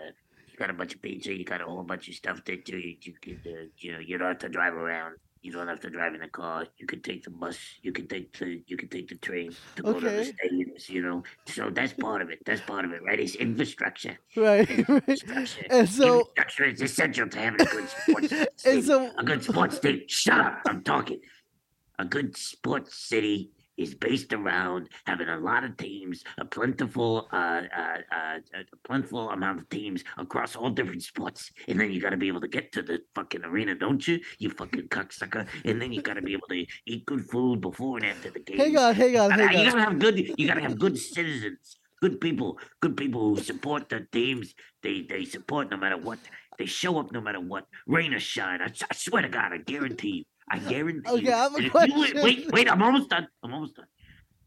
Speaker 3: you got a bunch of pizza. You got a whole bunch of stuff there too. You, you could uh, you know you don't have to drive around. You don't have to drive in a car. You can take the bus. You can take the you can take the train to go to the
Speaker 1: Okay.
Speaker 3: stadiums. You know, so that's part of it. That's part of it, right? It's infrastructure.
Speaker 1: Right, right.
Speaker 3: Infrastructure.
Speaker 1: And so,
Speaker 3: infrastructure is essential to having a good sports.
Speaker 1: and
Speaker 3: stadium.
Speaker 1: so,
Speaker 3: A good sports team. Shut up. I'm talking. A good sports city is based around having a lot of teams, a plentiful, uh, uh, uh, a plentiful amount of teams across all different sports, and then you got to be able to get to the fucking arena, don't you? You fucking cocksucker! And then you got to be able to eat good food before and after the game.
Speaker 1: hang on, hang on,
Speaker 3: Uh,
Speaker 1: hang on.
Speaker 3: You gotta have good. You gotta have good citizens, good people, good people who support their teams. They they support no matter what. They show up no matter what, rain or shine. I, s- I swear to God, I guarantee you. I guarantee.
Speaker 1: Okay,
Speaker 3: you,
Speaker 1: I have a
Speaker 3: that if you were-
Speaker 1: question.
Speaker 3: wait, wait, I'm almost done. I'm almost done.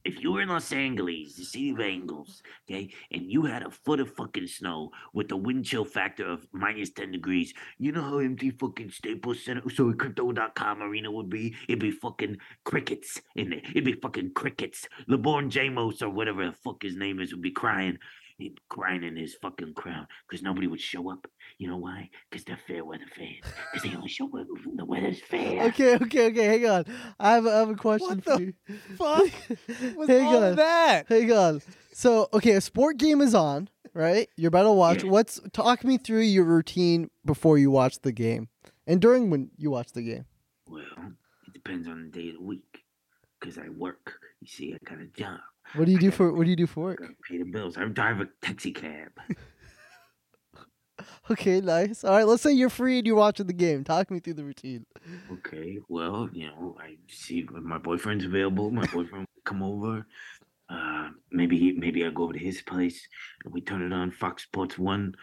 Speaker 3: If you were in Los Angeles, the city of angles, okay, and you had a foot of fucking snow with a wind chill factor of minus 10 degrees, you know how empty fucking Staples Center, so crypto.com arena would be? It'd be fucking crickets in there. It'd be fucking crickets. LeBron Jamos or whatever the fuck his name is would be crying. He'd be crying in his fucking crown because nobody would show up. You know why? Because they're fair weather fans. Because they only show up when the weather's fair.
Speaker 1: Okay, okay, okay, hang on. I have, I have a question
Speaker 2: the
Speaker 1: for you.
Speaker 2: Fuck was
Speaker 1: Hang
Speaker 2: all
Speaker 1: on.
Speaker 2: of that?
Speaker 1: Hang on. So, okay, a sport game is on, right? You're about to watch.
Speaker 3: Yeah.
Speaker 1: What's talk me through your routine before you watch the game and during when you watch the game?
Speaker 3: Well, it depends on the day of the week. Because I work. You see, I got a job.
Speaker 1: What do you do for What do you do for work?
Speaker 3: I gotta pay the bills. I drive a taxi cab.
Speaker 1: Okay, nice. All right, let's say you're free and you're watching the game. Talk me through the routine.
Speaker 3: Okay, well, you know, I see if my boyfriend's available. My boyfriend will come over. Uh, maybe he, maybe I go over to his place and we turn it on Fox Sports One,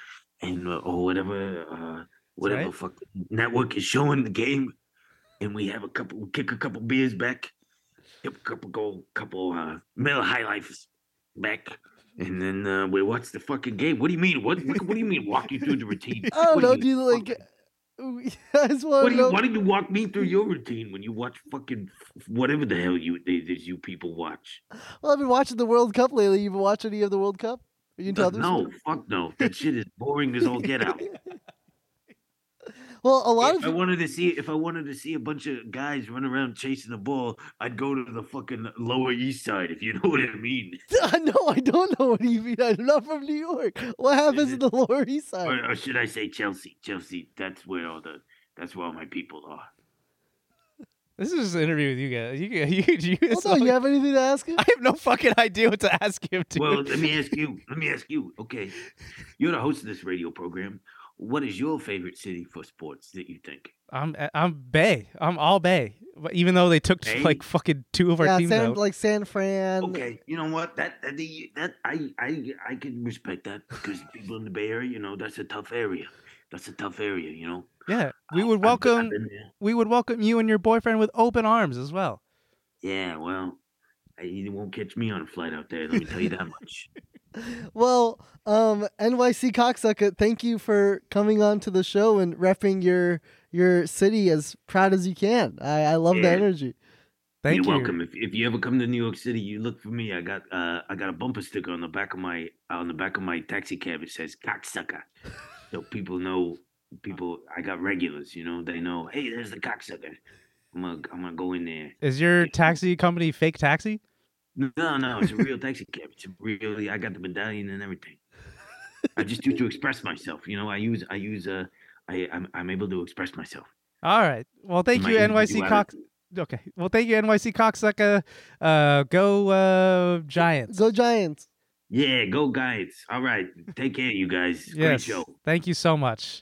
Speaker 3: and uh, or whatever, uh, whatever
Speaker 2: right.
Speaker 3: fuck network is showing the game, and we have a couple, we kick a couple beers back, a couple goal, couple uh, middle high lifes back. And then uh, we watch the fucking game. What do you mean? What what, what do you mean? Walk you through the routine?
Speaker 1: I don't
Speaker 3: What
Speaker 1: know.
Speaker 3: mean?
Speaker 1: Do you
Speaker 3: Walk-
Speaker 1: like? I just want
Speaker 3: why do
Speaker 1: to
Speaker 3: you,
Speaker 1: know.
Speaker 3: why don't you walk me through your routine when you watch fucking f- whatever the hell you they, these you people watch?
Speaker 1: Well, I've been watching the World Cup lately. You been watching any of the World Cup? Are you into
Speaker 3: Uh,
Speaker 1: other
Speaker 3: no,
Speaker 1: stuff?
Speaker 3: fuck no. That shit is boring as all get out.
Speaker 1: Well, a lot
Speaker 3: if I
Speaker 1: of
Speaker 3: wanted to see if I wanted to see a bunch of guys run around chasing the ball, I'd go to the fucking Lower East Side if you know what I mean,
Speaker 1: no, I don't know what you mean. I'm not from New York. What happens in
Speaker 3: it-
Speaker 1: the Lower East Side?
Speaker 3: or, or should I say Chelsea? Chelsea, that's where all the that's where all my people are.
Speaker 2: This is just an interview with you guys. You, you, you,
Speaker 1: Well, no, you have anything to ask? him?
Speaker 2: I have no fucking idea what to ask him to.
Speaker 3: Well, let me ask you. Let me ask you. Okay, you're the host of this radio program. What is your favorite city for sports that you think?
Speaker 2: I'm I'm Bay. I'm all Bay. But even though they took
Speaker 3: Bay?
Speaker 2: like fucking two of our
Speaker 1: yeah,
Speaker 2: teams
Speaker 1: San,
Speaker 2: out.
Speaker 1: like San Fran.
Speaker 3: Okay, you know what? That that, the- that I I I can respect that because people in the Bay Area, you know, that's a tough area. That's a tough area, you know.
Speaker 2: yeah, we
Speaker 3: I-
Speaker 2: would
Speaker 3: I've been- I've
Speaker 2: welcome
Speaker 3: been there.
Speaker 2: we would welcome you and your boyfriend with open arms as well.
Speaker 3: yeah, well, I, you won't catch me on a flight out there. Let me tell you that much.
Speaker 1: Well, um, NYC cocksucker, thank you for coming on to the show and repping your your city as proud as you can. I, I love the
Speaker 3: Yeah.
Speaker 1: energy.
Speaker 2: Thank
Speaker 3: You're
Speaker 2: you.
Speaker 3: welcome. If, if you ever come to New York City, you look for me. I got uh, I got a bumper sticker on the back of my uh, on the back of my taxi cab. It says "cocksucker," so people know. People, I got regulars. You know, they know. Hey, there's the cocksucker. I'm gonna I'm gonna go in there.
Speaker 2: Is your taxi company fake taxi?
Speaker 3: No, no, it's a real taxi cab. It's a really I got the medallion and everything. I just do to express myself. You know, I use I use uh I I'm, I'm able to express myself.
Speaker 2: All right. Well, thank
Speaker 3: My
Speaker 2: you, NYC cock.
Speaker 3: individuality.
Speaker 2: Okay. Well, thank you, NYC cocksucker. Uh, go uh, Giants.
Speaker 1: Go Giants.
Speaker 3: Yeah, go guides. All right, take care, you guys. Great
Speaker 2: yes.
Speaker 3: show.
Speaker 2: Thank you so much.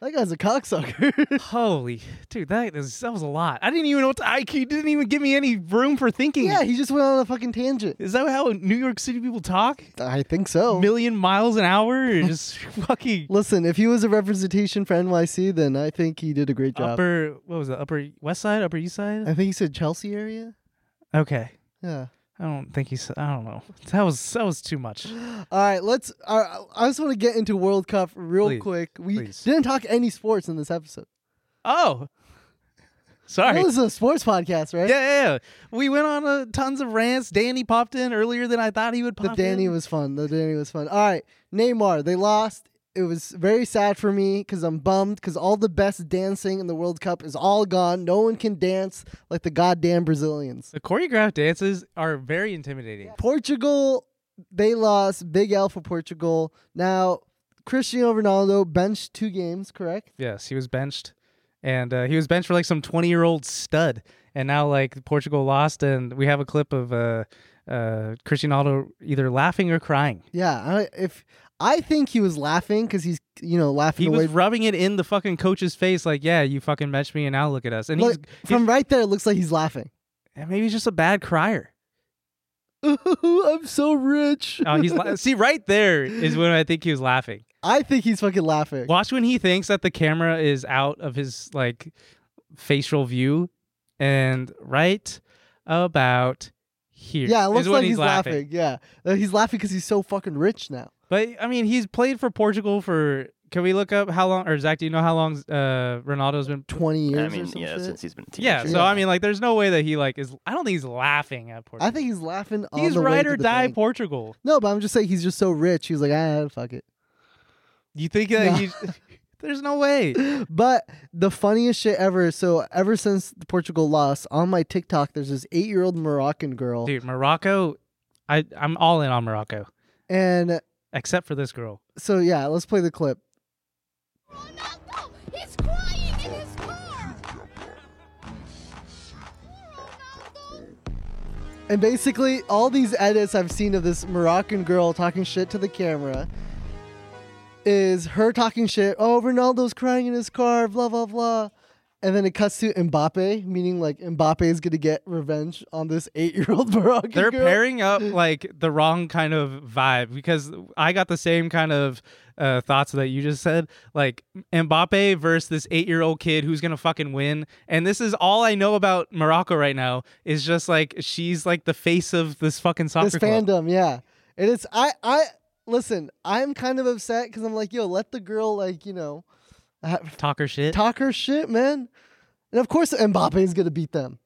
Speaker 1: That guy's a cocksucker.
Speaker 2: Holy dude, that is that was a lot. I didn't even know what to, IQ didn't even give me any room for thinking.
Speaker 1: yeah, he just went on a fucking tangent.
Speaker 2: Is that how New York City people talk?
Speaker 1: I think so.
Speaker 2: Million miles an hour and just fucking
Speaker 1: Listen, if he was a representation for NYC, then I think he did a great job.
Speaker 2: upper what was it? Upper West Side, Upper East
Speaker 1: I
Speaker 2: Side?
Speaker 1: think he said Chelsea area.
Speaker 2: Okay.
Speaker 1: Yeah.
Speaker 2: I don't think he's I don't know. That was that was too much.
Speaker 1: All right, let's. Uh, I just want to get into World Cup real
Speaker 2: Please,
Speaker 1: quick. We
Speaker 2: please.
Speaker 1: didn't talk any sports in this episode.
Speaker 2: Oh.
Speaker 1: I know
Speaker 2: Sorry.
Speaker 1: This is a sports podcast, right?
Speaker 2: Yeah, yeah, yeah. We went on uh, tons of rants. Danny popped in earlier than I thought he would
Speaker 1: The
Speaker 2: pop
Speaker 1: Danny
Speaker 2: in.
Speaker 1: was fun. The Danny was fun. All right, Neymar. They lost. It was very sad for me because I'm bummed because all the best dancing in the World Cup is all gone. No one can dance like the goddamn Brazilians.
Speaker 2: The choreographed dances are very intimidating.
Speaker 1: Portugal, they lost. Big L for Portugal. Now, Cristiano Ronaldo benched two games, correct?
Speaker 2: Yes, he was benched, and uh, he was benched for like some twenty-year-old stud. And now, like Portugal lost, and we have a clip of uh, uh, Cristiano either laughing or crying.
Speaker 1: Yeah, I, if I think he was laughing because he's you know laughing
Speaker 2: He
Speaker 1: away
Speaker 2: was rubbing it in the fucking coach's face, like, "Yeah, you fucking benched me, and now look at us." And
Speaker 1: Look,
Speaker 2: he's,
Speaker 1: from right there. It looks like he's laughing.
Speaker 2: he's maybe he's just a bad crier.
Speaker 1: I'm so rich.
Speaker 2: Oh, he's la- see right there is when I think he was laughing.
Speaker 1: I think he's fucking laughing.
Speaker 2: Watch when he thinks that the camera is out of his like facial view, and right about here.
Speaker 1: Yeah, it
Speaker 2: is
Speaker 1: looks
Speaker 2: when
Speaker 1: like
Speaker 2: he's, laughing.
Speaker 1: Yeah, Uh, he's laughing because he's so fucking rich now.
Speaker 2: But I mean, he's played for Portugal for. Can we look up how long? Or Zach, do you know how long uh, Ronaldo's been?
Speaker 1: Twenty years.
Speaker 9: I
Speaker 1: or
Speaker 9: mean,
Speaker 1: some
Speaker 9: yeah,
Speaker 1: shit.
Speaker 9: since he's been a
Speaker 2: Yeah.
Speaker 9: teenager.
Speaker 2: So I mean, like, there's no way that he like is. I don't think he's laughing at Portugal.
Speaker 1: I think he's laughing. on
Speaker 2: he's
Speaker 1: the way
Speaker 2: ride
Speaker 1: to
Speaker 2: or
Speaker 1: the
Speaker 2: die
Speaker 1: thing.
Speaker 2: Portugal.
Speaker 1: no, but I'm just saying he's just so rich. He's like, ah, fuck it.
Speaker 2: You think that
Speaker 1: No.
Speaker 2: he's? There's no way.
Speaker 1: But the funniest shit ever. So ever since Portugal lost, on my TikTok, there's this eight-year-old Moroccan girl,
Speaker 2: Dude, Morocco. I I'm all in on Morocco
Speaker 1: and
Speaker 2: except for this girl.
Speaker 1: so yeah, let's play the clip.
Speaker 10: Ronaldo! He's crying in his car!
Speaker 1: And basically, all these edits I've seen of this Moroccan girl talking shit to the camera is her talking shit. Oh, Ronaldo's crying in his car, blah, blah, blah. And then it cuts to Mbappe, meaning like Mbappe is going to get revenge on this eight year old Moroccan
Speaker 2: They're
Speaker 1: girl.
Speaker 2: pairing up like the wrong kind of vibe because I got the same kind of uh, thoughts that you just said. Like Mbappe versus this eight year old kid who's gonna fucking win. And this is all I know about Morocco right now is just like she's like the face of this fucking soccer
Speaker 1: this
Speaker 2: club.
Speaker 1: fandom, yeah. And it's, I, I, listen, I'm kind of upset because I'm like, yo, let the girl, like, you know, ha-
Speaker 2: Talk her shit.
Speaker 1: talk her shit, man. And of course, Mbappe is going to beat them.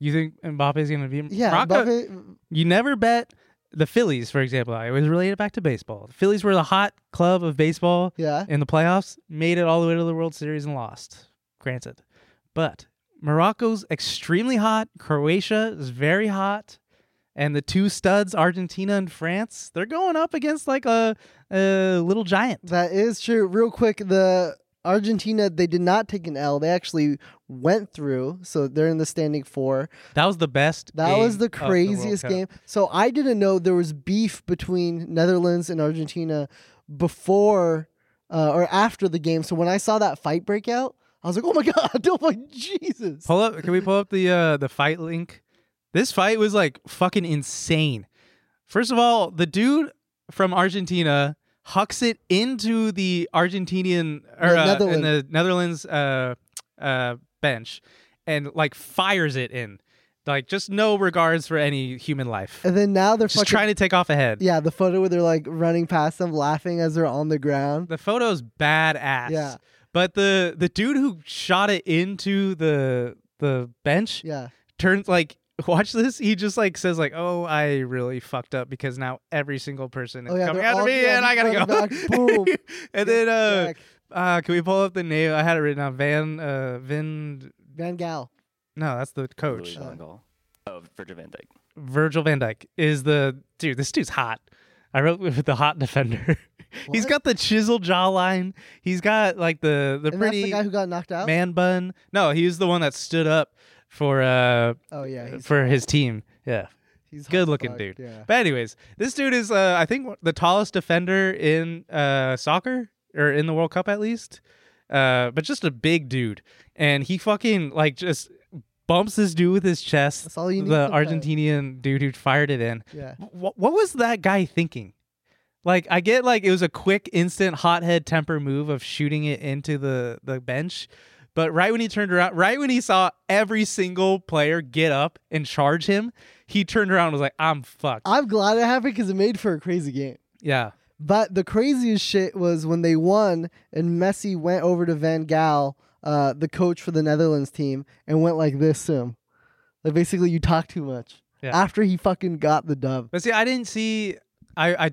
Speaker 2: you think Mbappe's gonna be
Speaker 1: Yeah,
Speaker 2: Morocco?
Speaker 1: Mbappe,
Speaker 2: You never bet the Phillies, for example. I always relate it back to baseball. The Phillies were the hot club of baseball.
Speaker 1: yeah.
Speaker 2: in the playoffs, made it all the way to the World Series and lost. Granted. But Morocco's extremely hot, Croatia is very hot, and the two studs, Argentina and France, they're going up against like a, a little giant.
Speaker 1: That is true. Real quick, the Argentina they did not take an L. They actually went through, so they're in the standing four.
Speaker 2: That was the best.
Speaker 1: That
Speaker 2: game
Speaker 1: was the
Speaker 2: of World
Speaker 1: craziest
Speaker 2: Cup.
Speaker 1: game. So I didn't know there was beef between Netherlands and Argentina before uh, or after the game. So when I saw that fight break out, I was like, "Oh my god! Oh my Jesus!"
Speaker 2: Pull up. Can we pull up the uh, the fight link? This fight was like fucking insane. First of all, the dude from Argentina hucks it into the Argentinian
Speaker 1: The
Speaker 2: or uh, in
Speaker 1: Netherlands.
Speaker 2: the Netherlands uh, uh, bench, and like fires it in, like just no regards for any human life.
Speaker 1: And then now they're
Speaker 2: Just
Speaker 1: fucking,
Speaker 2: trying to take off a head.
Speaker 1: Yeah, the photo where they're like running past them, laughing as they're on the ground.
Speaker 2: The photo's badass.
Speaker 1: Yeah.
Speaker 2: But the the dude who shot it into the the bench,
Speaker 1: yeah,
Speaker 2: turns like watch this. He just like says like, "Oh, I really fucked up because now every single person is
Speaker 1: Oh yeah,
Speaker 2: coming
Speaker 1: they're
Speaker 2: after
Speaker 1: all
Speaker 2: me, and I gotta go."
Speaker 1: running back, Boom.
Speaker 2: and then uh, uh, can we pull up the name? I had it written on Van uh Vin.
Speaker 1: Van Gaal.
Speaker 2: No, that's the coach.
Speaker 11: Louis Van Gaal. Oh, Virgil Van Dyke.
Speaker 2: Virgil Van Dyke is the dude. This dude's hot. I wrote with the hot defender. He's got the chiseled jawline. He's got like the
Speaker 1: and
Speaker 2: the
Speaker 1: that's
Speaker 2: pretty
Speaker 1: the guy who got knocked out.
Speaker 2: man bun. No, he's the one that stood up for uh
Speaker 1: Oh, yeah, he's
Speaker 2: for his team. Yeah. He's good looking
Speaker 1: fuck,
Speaker 2: dude.
Speaker 1: yeah.
Speaker 2: But anyways, this dude is uh I think the tallest defender in uh soccer or in the World Cup at least. Uh but just a big dude and he fucking like just bumps this dude with his chest. That's all
Speaker 1: you need
Speaker 2: The
Speaker 1: sometimes.
Speaker 2: Argentinian dude who fired it in.
Speaker 1: Yeah.
Speaker 2: Wh- What was that guy thinking? Like I get like it was a quick instant hothead temper move of shooting it into the the bench, but right when he turned around, right when he saw every single player get up and charge him, he turned around and was like, "I'm fucked."
Speaker 1: I'm glad it happened because it made for a crazy game.
Speaker 2: yeah.
Speaker 1: But the craziest shit was when they won and Messi went over to Van Gaal, uh, the coach for the Netherlands team, and went like this to him. Like basically, you talk too much.
Speaker 2: Yeah.
Speaker 1: After he fucking got the dub.
Speaker 2: But see, I didn't see. I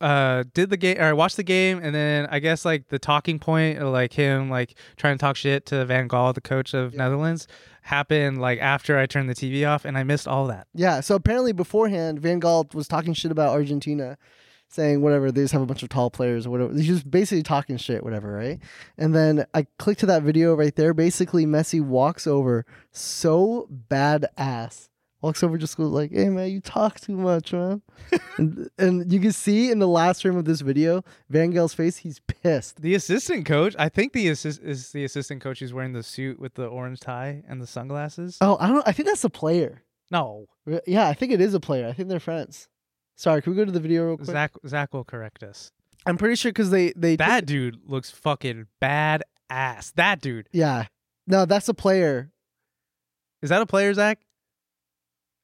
Speaker 2: I uh, did the game or I watched the game, and then I guess like the talking point, of, like him like trying to talk shit to Van Gaal, the coach of Netherlands, happened like after I turned the TV off, and I missed all that.
Speaker 1: Yeah. So apparently beforehand, Van Gaal was talking shit about Argentina, saying whatever they just have a bunch of tall players or whatever. He's just basically talking shit, whatever, right? And then I clicked to that video right there. Basically, Messi walks over, so badass. Walks over just goes like, "Hey man, you talk too much, man." and, and you can see in the last frame of this video, Van Gaal's face. He's pissed.
Speaker 2: The assistant coach, I think the assist is the assistant coach who's wearing the suit with the orange tie and the sunglasses.
Speaker 1: Oh, I don't. I think that's a player.
Speaker 2: No,
Speaker 1: Re- Yeah, I think it is a player. I think they're friends. Sorry, can we go to the video real quick?
Speaker 2: Zach Zach will correct us.
Speaker 1: I'm pretty sure because they they
Speaker 2: That dude looks fucking badass. That dude
Speaker 1: Yeah. No, that's a player.
Speaker 2: is that a player, Zach?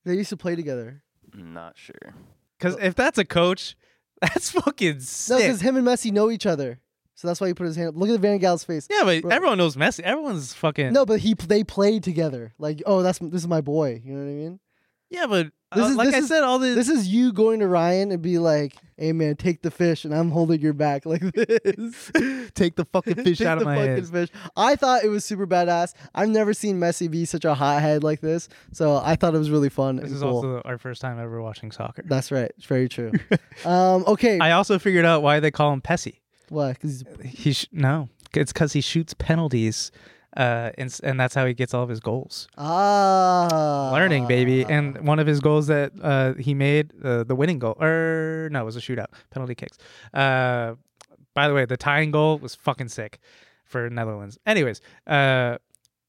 Speaker 1: They used to play together.
Speaker 11: Not sure.
Speaker 2: Because if that's a coach, that's fucking sick.
Speaker 1: Oh. No, because him and Messi know each other. So that's why he put his hand up. Look at Van Gaal's face.
Speaker 2: yeah, but
Speaker 1: Bro.
Speaker 2: everyone knows Messi. Everyone's fucking
Speaker 1: No, but he they played together. Like, oh, that's this is my boy. You know what I mean?
Speaker 2: Yeah, but uh,
Speaker 1: This is,
Speaker 2: like
Speaker 1: this
Speaker 2: I
Speaker 1: is-
Speaker 2: said, all the
Speaker 1: This is you going to Ryan and be like, "Hey, man, take the fish," and I'm holding your back like this.
Speaker 2: take the fucking fish
Speaker 1: Take
Speaker 2: out
Speaker 1: the
Speaker 2: of my
Speaker 1: fucking
Speaker 2: hands.
Speaker 1: fish. I thought it was super badass. I've never seen Messi be such a hothead like this, so I thought it was really fun.
Speaker 2: This
Speaker 1: and
Speaker 2: is
Speaker 1: cool.
Speaker 2: also our first time ever watching soccer.
Speaker 1: that's right. It's very true. um, okay,
Speaker 2: I also figured out why they call him Pessy.
Speaker 1: what? 'Cause he's-
Speaker 2: He sh- no, it's because he shoots penalties, uh, and s- and that's how he gets all of his goals.
Speaker 1: ah,
Speaker 2: Learning, baby, and one of his goals that uh, he made, uh, the winning goal, or no, it was a shootout, penalty kicks. Uh, by the way, the tying goal was fucking sick for Netherlands. Anyways, uh,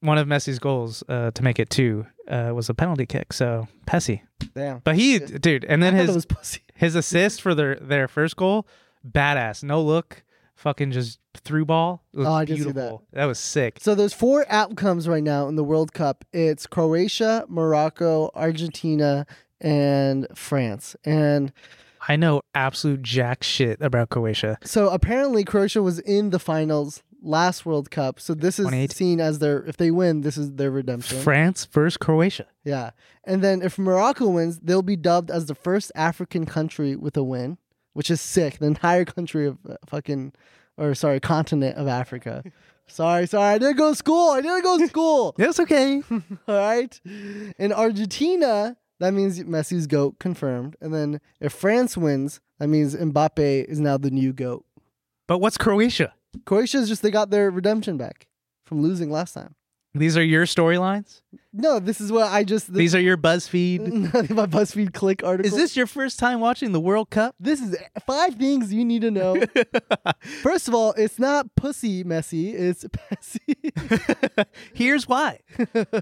Speaker 2: one of Messi's goals uh, to make it two uh, was a penalty kick. So Pessy,
Speaker 1: Damn.
Speaker 2: but he, dude, and then
Speaker 1: I thought it
Speaker 2: his
Speaker 1: was pussy.
Speaker 2: his assist for their their first goal, badass. No look, fucking just through ball. It was
Speaker 1: Oh, I did see
Speaker 2: beautiful.
Speaker 1: that.
Speaker 2: that. was sick.
Speaker 1: So there's four outcomes right now in the World Cup. It's Croatia, Morocco, Argentina, and France. And
Speaker 2: I know absolute jack shit about Croatia.
Speaker 1: so apparently Croatia was in the finals last World Cup. So this is
Speaker 2: 2018.
Speaker 1: seen as their if they win, this is their redemption.
Speaker 2: France versus Croatia.
Speaker 1: yeah. And then if Morocco wins, they'll be dubbed as the first African country with a win, which is sick. The entire country of uh, fucking or sorry, continent of Africa. sorry, sorry. I didn't go to school. I didn't go to school.
Speaker 2: That's okay.
Speaker 1: All right. In Argentina, that means Messi's GOAT confirmed. And then if France wins, that means Mbappe is now the new GOAT.
Speaker 2: but what's Croatia?
Speaker 1: Croatia is just, they got their redemption back from losing last time.
Speaker 2: These are your storylines.
Speaker 1: No, this is what I just. This,
Speaker 2: These are your
Speaker 1: Mm-hmm.
Speaker 2: BuzzFeed.
Speaker 1: my BuzzFeed click article.
Speaker 2: Is this your first time watching the World Cup?
Speaker 1: This is five things you need to know. First of all, it's not pussy messy, it's Pessy.
Speaker 2: Here's why.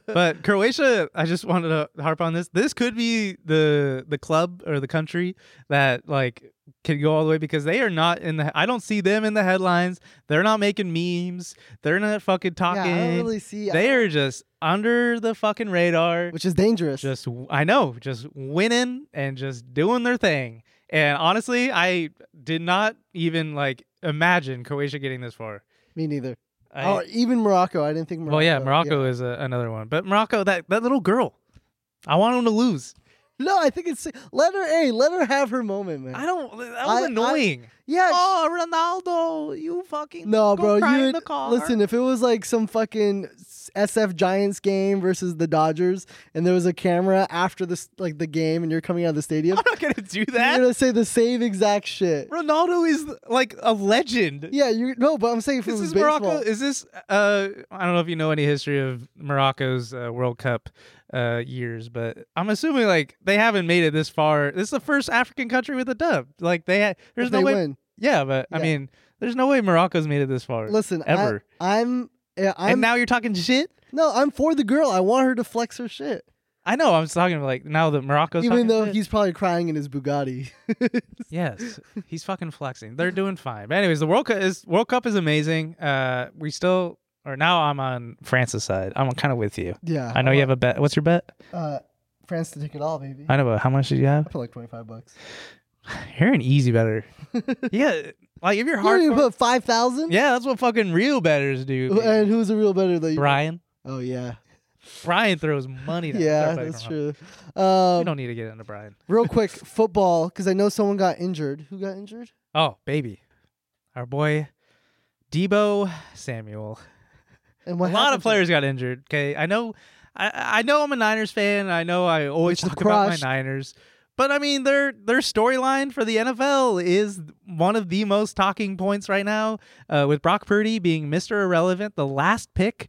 Speaker 2: but Croatia, I just wanted to harp on this. This could be the the club or the country that like can go all the way because they are not in the. I don't see them in the headlines. They're not making memes. They're not fucking talking.
Speaker 1: really see-
Speaker 2: They are just under the fucking radar,
Speaker 1: which is dangerous.
Speaker 2: Just I know, just winning and just doing their thing. And honestly, I did not even like imagine Croatia getting this far.
Speaker 1: Me neither.
Speaker 2: I-
Speaker 1: or even Morocco. I didn't think Morocco.
Speaker 2: well, yeah, Morocco is a, another one, but Morocco, that that little girl, I want them to lose.
Speaker 1: No, I think it's let her. Hey, let her have her moment, man.
Speaker 2: I don't. That was
Speaker 1: I- I-
Speaker 2: annoying.
Speaker 1: yeah.
Speaker 2: Oh, Ronaldo, you fucking
Speaker 1: No,
Speaker 2: go
Speaker 1: bro.
Speaker 2: cry
Speaker 1: You
Speaker 2: in
Speaker 1: would,
Speaker 2: the car.
Speaker 1: listen. If it was like some fucking s- SF Giants game versus the Dodgers, and there was a camera after this, like the game, and you're coming out of the stadium,
Speaker 2: I'm not gonna do
Speaker 1: you're
Speaker 2: that.
Speaker 1: gonna say the same exact shit.
Speaker 2: Ronaldo is like a legend.
Speaker 1: Yeah, you no, but I'm saying if it
Speaker 2: This
Speaker 1: was
Speaker 2: is
Speaker 1: baseball,
Speaker 2: Morocco. Is this? Uh, I don't know if you know any history of Morocco's uh, World Cup uh, years, but I'm assuming like they haven't made it this far. This is the first African country with a dub. Like they, ha- there's
Speaker 1: If
Speaker 2: no
Speaker 1: they
Speaker 2: way.
Speaker 1: win.
Speaker 2: Yeah, but I mean, there's no way Morocco's made it this far.
Speaker 1: listen,
Speaker 2: ever.
Speaker 1: I, I'm, yeah, I'm
Speaker 2: and now you're talking shit.
Speaker 1: no, I'm for the girl. I want her to flex her shit,
Speaker 2: I know. I'm just talking about, like now that Morocco's
Speaker 1: even
Speaker 2: talking
Speaker 1: though
Speaker 2: shit.
Speaker 1: he's probably crying in his Bugatti.
Speaker 2: yes, he's fucking flexing. They're doing fine. But anyways, the World Cup is World Cup is amazing. Uh, we still or now I'm on France's side. I'm kind of with you.
Speaker 1: Yeah,
Speaker 2: I know
Speaker 1: I'm
Speaker 2: you
Speaker 1: on-
Speaker 2: have a bet. What's your bet?
Speaker 1: uh, France to take it all, baby.
Speaker 2: I know, but how much did you
Speaker 1: I
Speaker 2: have?
Speaker 1: put like twenty five bucks.
Speaker 2: You're an easy better. yeah, like if you're
Speaker 1: You
Speaker 2: hard.
Speaker 1: already put five thousand.
Speaker 2: Yeah, that's what fucking real betters do. man.
Speaker 1: And who's a real better than you?
Speaker 2: Brian.
Speaker 1: Oh yeah,
Speaker 2: Brian throws money. down.
Speaker 1: yeah,
Speaker 2: Sorry, Brian,
Speaker 1: that's
Speaker 2: I'm wrong.
Speaker 1: true.
Speaker 2: We
Speaker 1: Um,
Speaker 2: don't need to get into Brian.
Speaker 1: real quick, football because I know someone got injured. Who got injured?
Speaker 2: Oh, baby, our boy, Debo Samuel.
Speaker 1: And what
Speaker 2: a lot
Speaker 1: happened
Speaker 2: of
Speaker 1: to
Speaker 2: players got injured. Okay, I know, I, I know I'm a Niners fan. I know I always
Speaker 1: Which they
Speaker 2: talk about my
Speaker 1: crushed.
Speaker 2: Niners, but I mean their their storyline for the NFL is one of the most talking points right now, uh, with Brock Purdy being Mr. Irrelevant, the last pick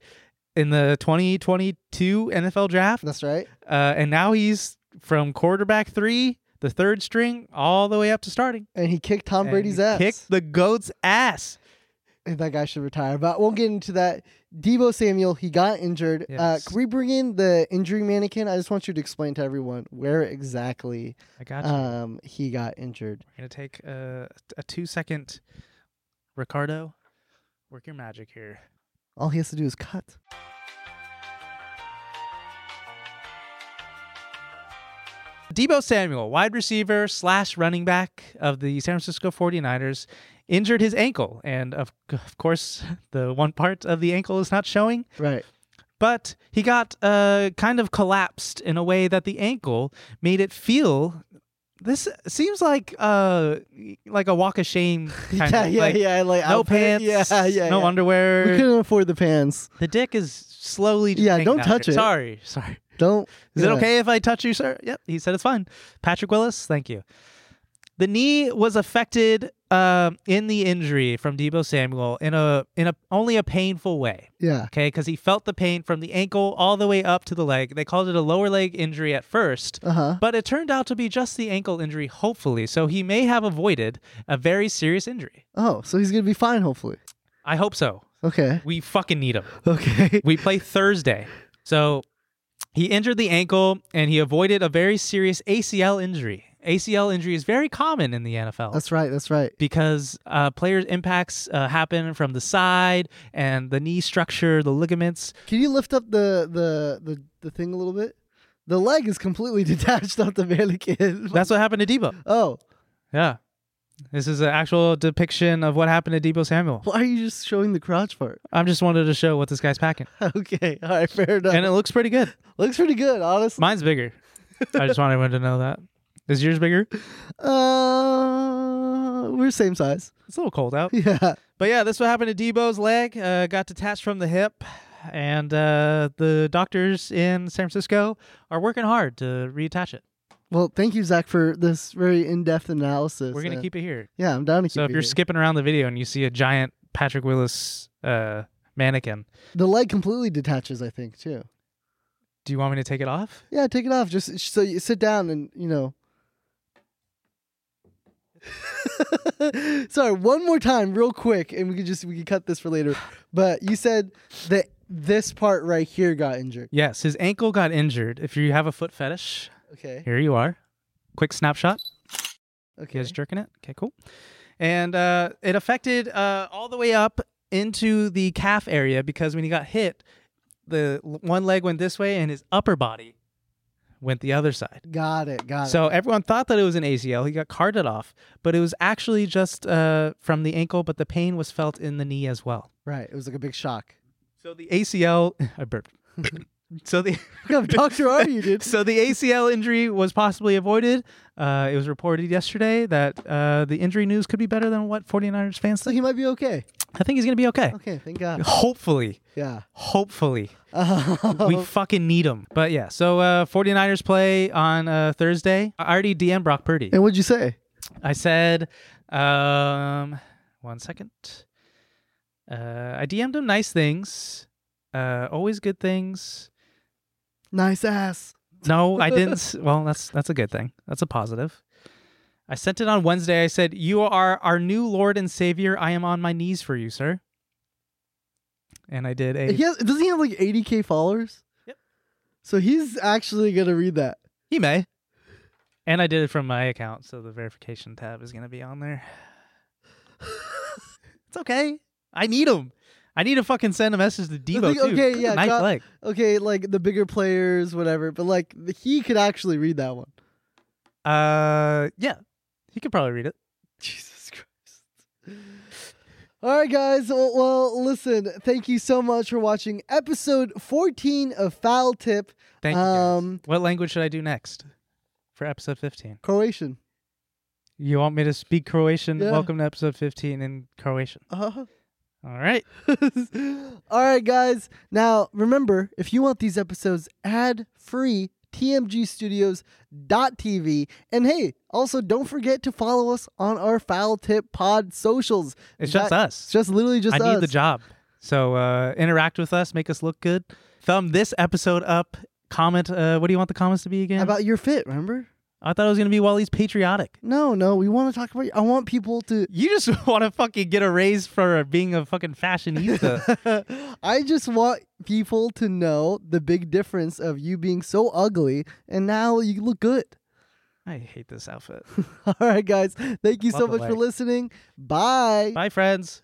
Speaker 2: in the 2022 NFL Draft,
Speaker 1: them? That's right.
Speaker 2: uh, and now he's from quarterback three, the third string, all the way up to starting.
Speaker 1: And he kicked Tom Brady's ass.
Speaker 2: Kick the goat's ass.
Speaker 1: And that guy should retire. But we'll get into that. Debo Samuel, he got injured. Uh,
Speaker 2: Yes.
Speaker 1: can we bring in the injury mannequin? I just want you to explain to everyone where exactly
Speaker 2: I got you.
Speaker 1: um, he got injured.
Speaker 2: We're gonna take a, a two second. Ricardo, work your magic here.
Speaker 1: All he has to do is cut.
Speaker 2: Debo Samuel, wide receiver slash running back of the San Francisco 49ers, injured his ankle. And of, of course, the one part of the ankle is not showing.
Speaker 1: Right.
Speaker 2: but he got uh, kind of collapsed in a way that the ankle made it feel. This seems like uh like a walk of shame. Kind
Speaker 1: Yeah,
Speaker 2: of.
Speaker 1: yeah,
Speaker 2: like,
Speaker 1: yeah, like
Speaker 2: no
Speaker 1: outfit-
Speaker 2: pants.
Speaker 1: yeah, yeah, yeah.
Speaker 2: No
Speaker 1: We
Speaker 2: underwear.
Speaker 1: couldn't afford the pants.
Speaker 2: The dick is slowly. just
Speaker 1: Yeah,
Speaker 2: hanging
Speaker 1: don't
Speaker 2: out
Speaker 1: touch
Speaker 2: here.
Speaker 1: it.
Speaker 2: Sorry, sorry.
Speaker 1: Don't.
Speaker 2: Is it
Speaker 1: yeah.
Speaker 2: okay if I touch you, sir? Yep. He said it's fine. Patrick Willis, thank you. The knee was affected um, in the injury from Debo Samuel in a in a only a painful way.
Speaker 1: Yeah.
Speaker 2: Okay, because he felt the pain from the ankle all the way up to the leg. They called it a lower leg injury at first,
Speaker 1: Uh-huh.
Speaker 2: but it turned out to be just the ankle injury, hopefully. So he may have avoided a very serious injury.
Speaker 1: Oh, so he's gonna be fine, hopefully.
Speaker 2: I hope so.
Speaker 1: Okay.
Speaker 2: We fucking need him.
Speaker 1: Okay.
Speaker 2: we play Thursday. So he injured the ankle and he avoided a very serious ACL injury. ACL injury is very common in the NFL
Speaker 1: That's right. That's right.
Speaker 2: because uh, players' impacts uh, happen from the side and the knee structure, the ligaments.
Speaker 1: Can you lift up the the the, the thing a little bit? The leg is completely detached off the mannequin.
Speaker 2: That's what happened to Debo.
Speaker 1: oh,
Speaker 2: Yeah. This is an actual depiction of what happened to Debo Samuel.
Speaker 1: why are you just showing the crotch part?
Speaker 2: I'm just wanted to show what this guy's packing.
Speaker 1: Okay, all right, fair enough.
Speaker 2: And it looks pretty good.
Speaker 1: looks pretty good, honestly.
Speaker 2: Mine's bigger. I just wanted everyone to know that. Is yours bigger?
Speaker 1: uh, we're same size.
Speaker 2: It's a little cold out.
Speaker 1: Yeah,
Speaker 2: But yeah, this what happened to Debo's leg. Uh, got detached from the hip, and uh, the doctors in San Francisco are working hard to reattach it.
Speaker 1: Well, thank you, Zach, for this very in-depth analysis.
Speaker 2: We're gonna
Speaker 1: uh,
Speaker 2: keep it here.
Speaker 1: Yeah, I'm down to keep.
Speaker 2: So if
Speaker 1: it
Speaker 2: you're
Speaker 1: here.
Speaker 2: skipping around the video and you see a giant Patrick Willis uh, mannequin,
Speaker 1: the leg completely detaches, I think too.
Speaker 2: do you want me to take it off?
Speaker 1: Yeah, take it off. Just so you sit down and you know. Sorry, one more time, real quick, and we could just we could cut this for later. But you said that this part right here got injured.
Speaker 2: Yes, his ankle got injured. If you have a foot fetish,
Speaker 1: Okay.
Speaker 2: here you are. Quick snapshot. Okay. You guys jerking it? Okay, cool. And uh, it affected uh, all the way up into the calf area because when he got hit, the l- one leg went this way and his upper body went the other side.
Speaker 1: Got it. Got
Speaker 2: So
Speaker 1: it.
Speaker 2: everyone thought that it was an ACL. He got carted off, but it was actually just uh, from the ankle, but the pain was felt in the knee as well.
Speaker 1: Right. It was like a big shock.
Speaker 2: So the ACL, I burped. so the
Speaker 1: kind of doctor are you, dude?
Speaker 2: So the ACL injury was possibly avoided. Uh, it was reported yesterday that uh, the injury news could be better than what 49ers fans think.
Speaker 1: He might be okay.
Speaker 2: I think he's gonna be okay.
Speaker 1: Okay. Thank God.
Speaker 2: Hopefully.
Speaker 1: Yeah.
Speaker 2: Hopefully. we
Speaker 1: Oh.
Speaker 2: fucking need him. But yeah, so uh, 49ers play on uh, Thursday. I already DM Brock Purdy.
Speaker 1: And what'd you say?
Speaker 2: I said, um, one second. Uh, I DM'd him nice things, uh, always good things.
Speaker 1: Nice ass.
Speaker 2: No, I didn't. s- well, that's that's a good thing. That's a positive. I sent it on Wednesday. I said, "You are our new Lord and Savior. I am on my knees for you, sir." And I did a.
Speaker 1: He has, doesn't he have like 80k followers?
Speaker 2: Yep.
Speaker 1: So he's actually gonna read that.
Speaker 2: He may. And I did it from my account, so the verification tab is gonna be on there. it's okay. I need him. I need to fucking send a message to
Speaker 1: I
Speaker 2: Debo
Speaker 1: think-
Speaker 2: too.
Speaker 1: okay, yeah.
Speaker 2: nice
Speaker 1: got-
Speaker 2: leg.
Speaker 1: Okay, like the bigger players, whatever. But like he could actually read that one.
Speaker 2: Uh, yeah, he could probably read it.
Speaker 1: Jesus Christ. All right, guys. Well, well, listen. Thank you so much for watching episode 14 of Foul Tip.
Speaker 2: Thank you. guys.
Speaker 1: um,
Speaker 2: What language should I do next for episode fifteen?
Speaker 1: Croatian.
Speaker 2: You want me to speak Croatian?
Speaker 1: Yeah.
Speaker 2: Welcome to episode 15 in Croatian.
Speaker 1: Uh-huh.
Speaker 2: All right.
Speaker 1: All right, guys. Now, remember, if you want these episodes ad free, tmgstudios.tv. And hey, also don't forget to follow us on our Foul Tip Pod socials.
Speaker 2: It's just us.
Speaker 1: It's just literally just
Speaker 2: I
Speaker 1: us.
Speaker 2: need the job. So uh, interact with us, make us look good. Thumb this episode up. Comment. Uh, what do you want the comments to be again?
Speaker 1: About your fit, remember?
Speaker 2: I thought it was going to be Wally's patriotic.
Speaker 1: No, no, we want to talk about. I want people to.
Speaker 2: You just want to fucking get a raise for being a fucking fashionista.
Speaker 1: I just want people to know the big difference of you being so ugly and now you look good.
Speaker 2: I hate this outfit.
Speaker 1: All right, guys. Thank you so
Speaker 2: Love the
Speaker 1: much for
Speaker 2: leg.
Speaker 1: listening. Bye.
Speaker 2: Bye, friends.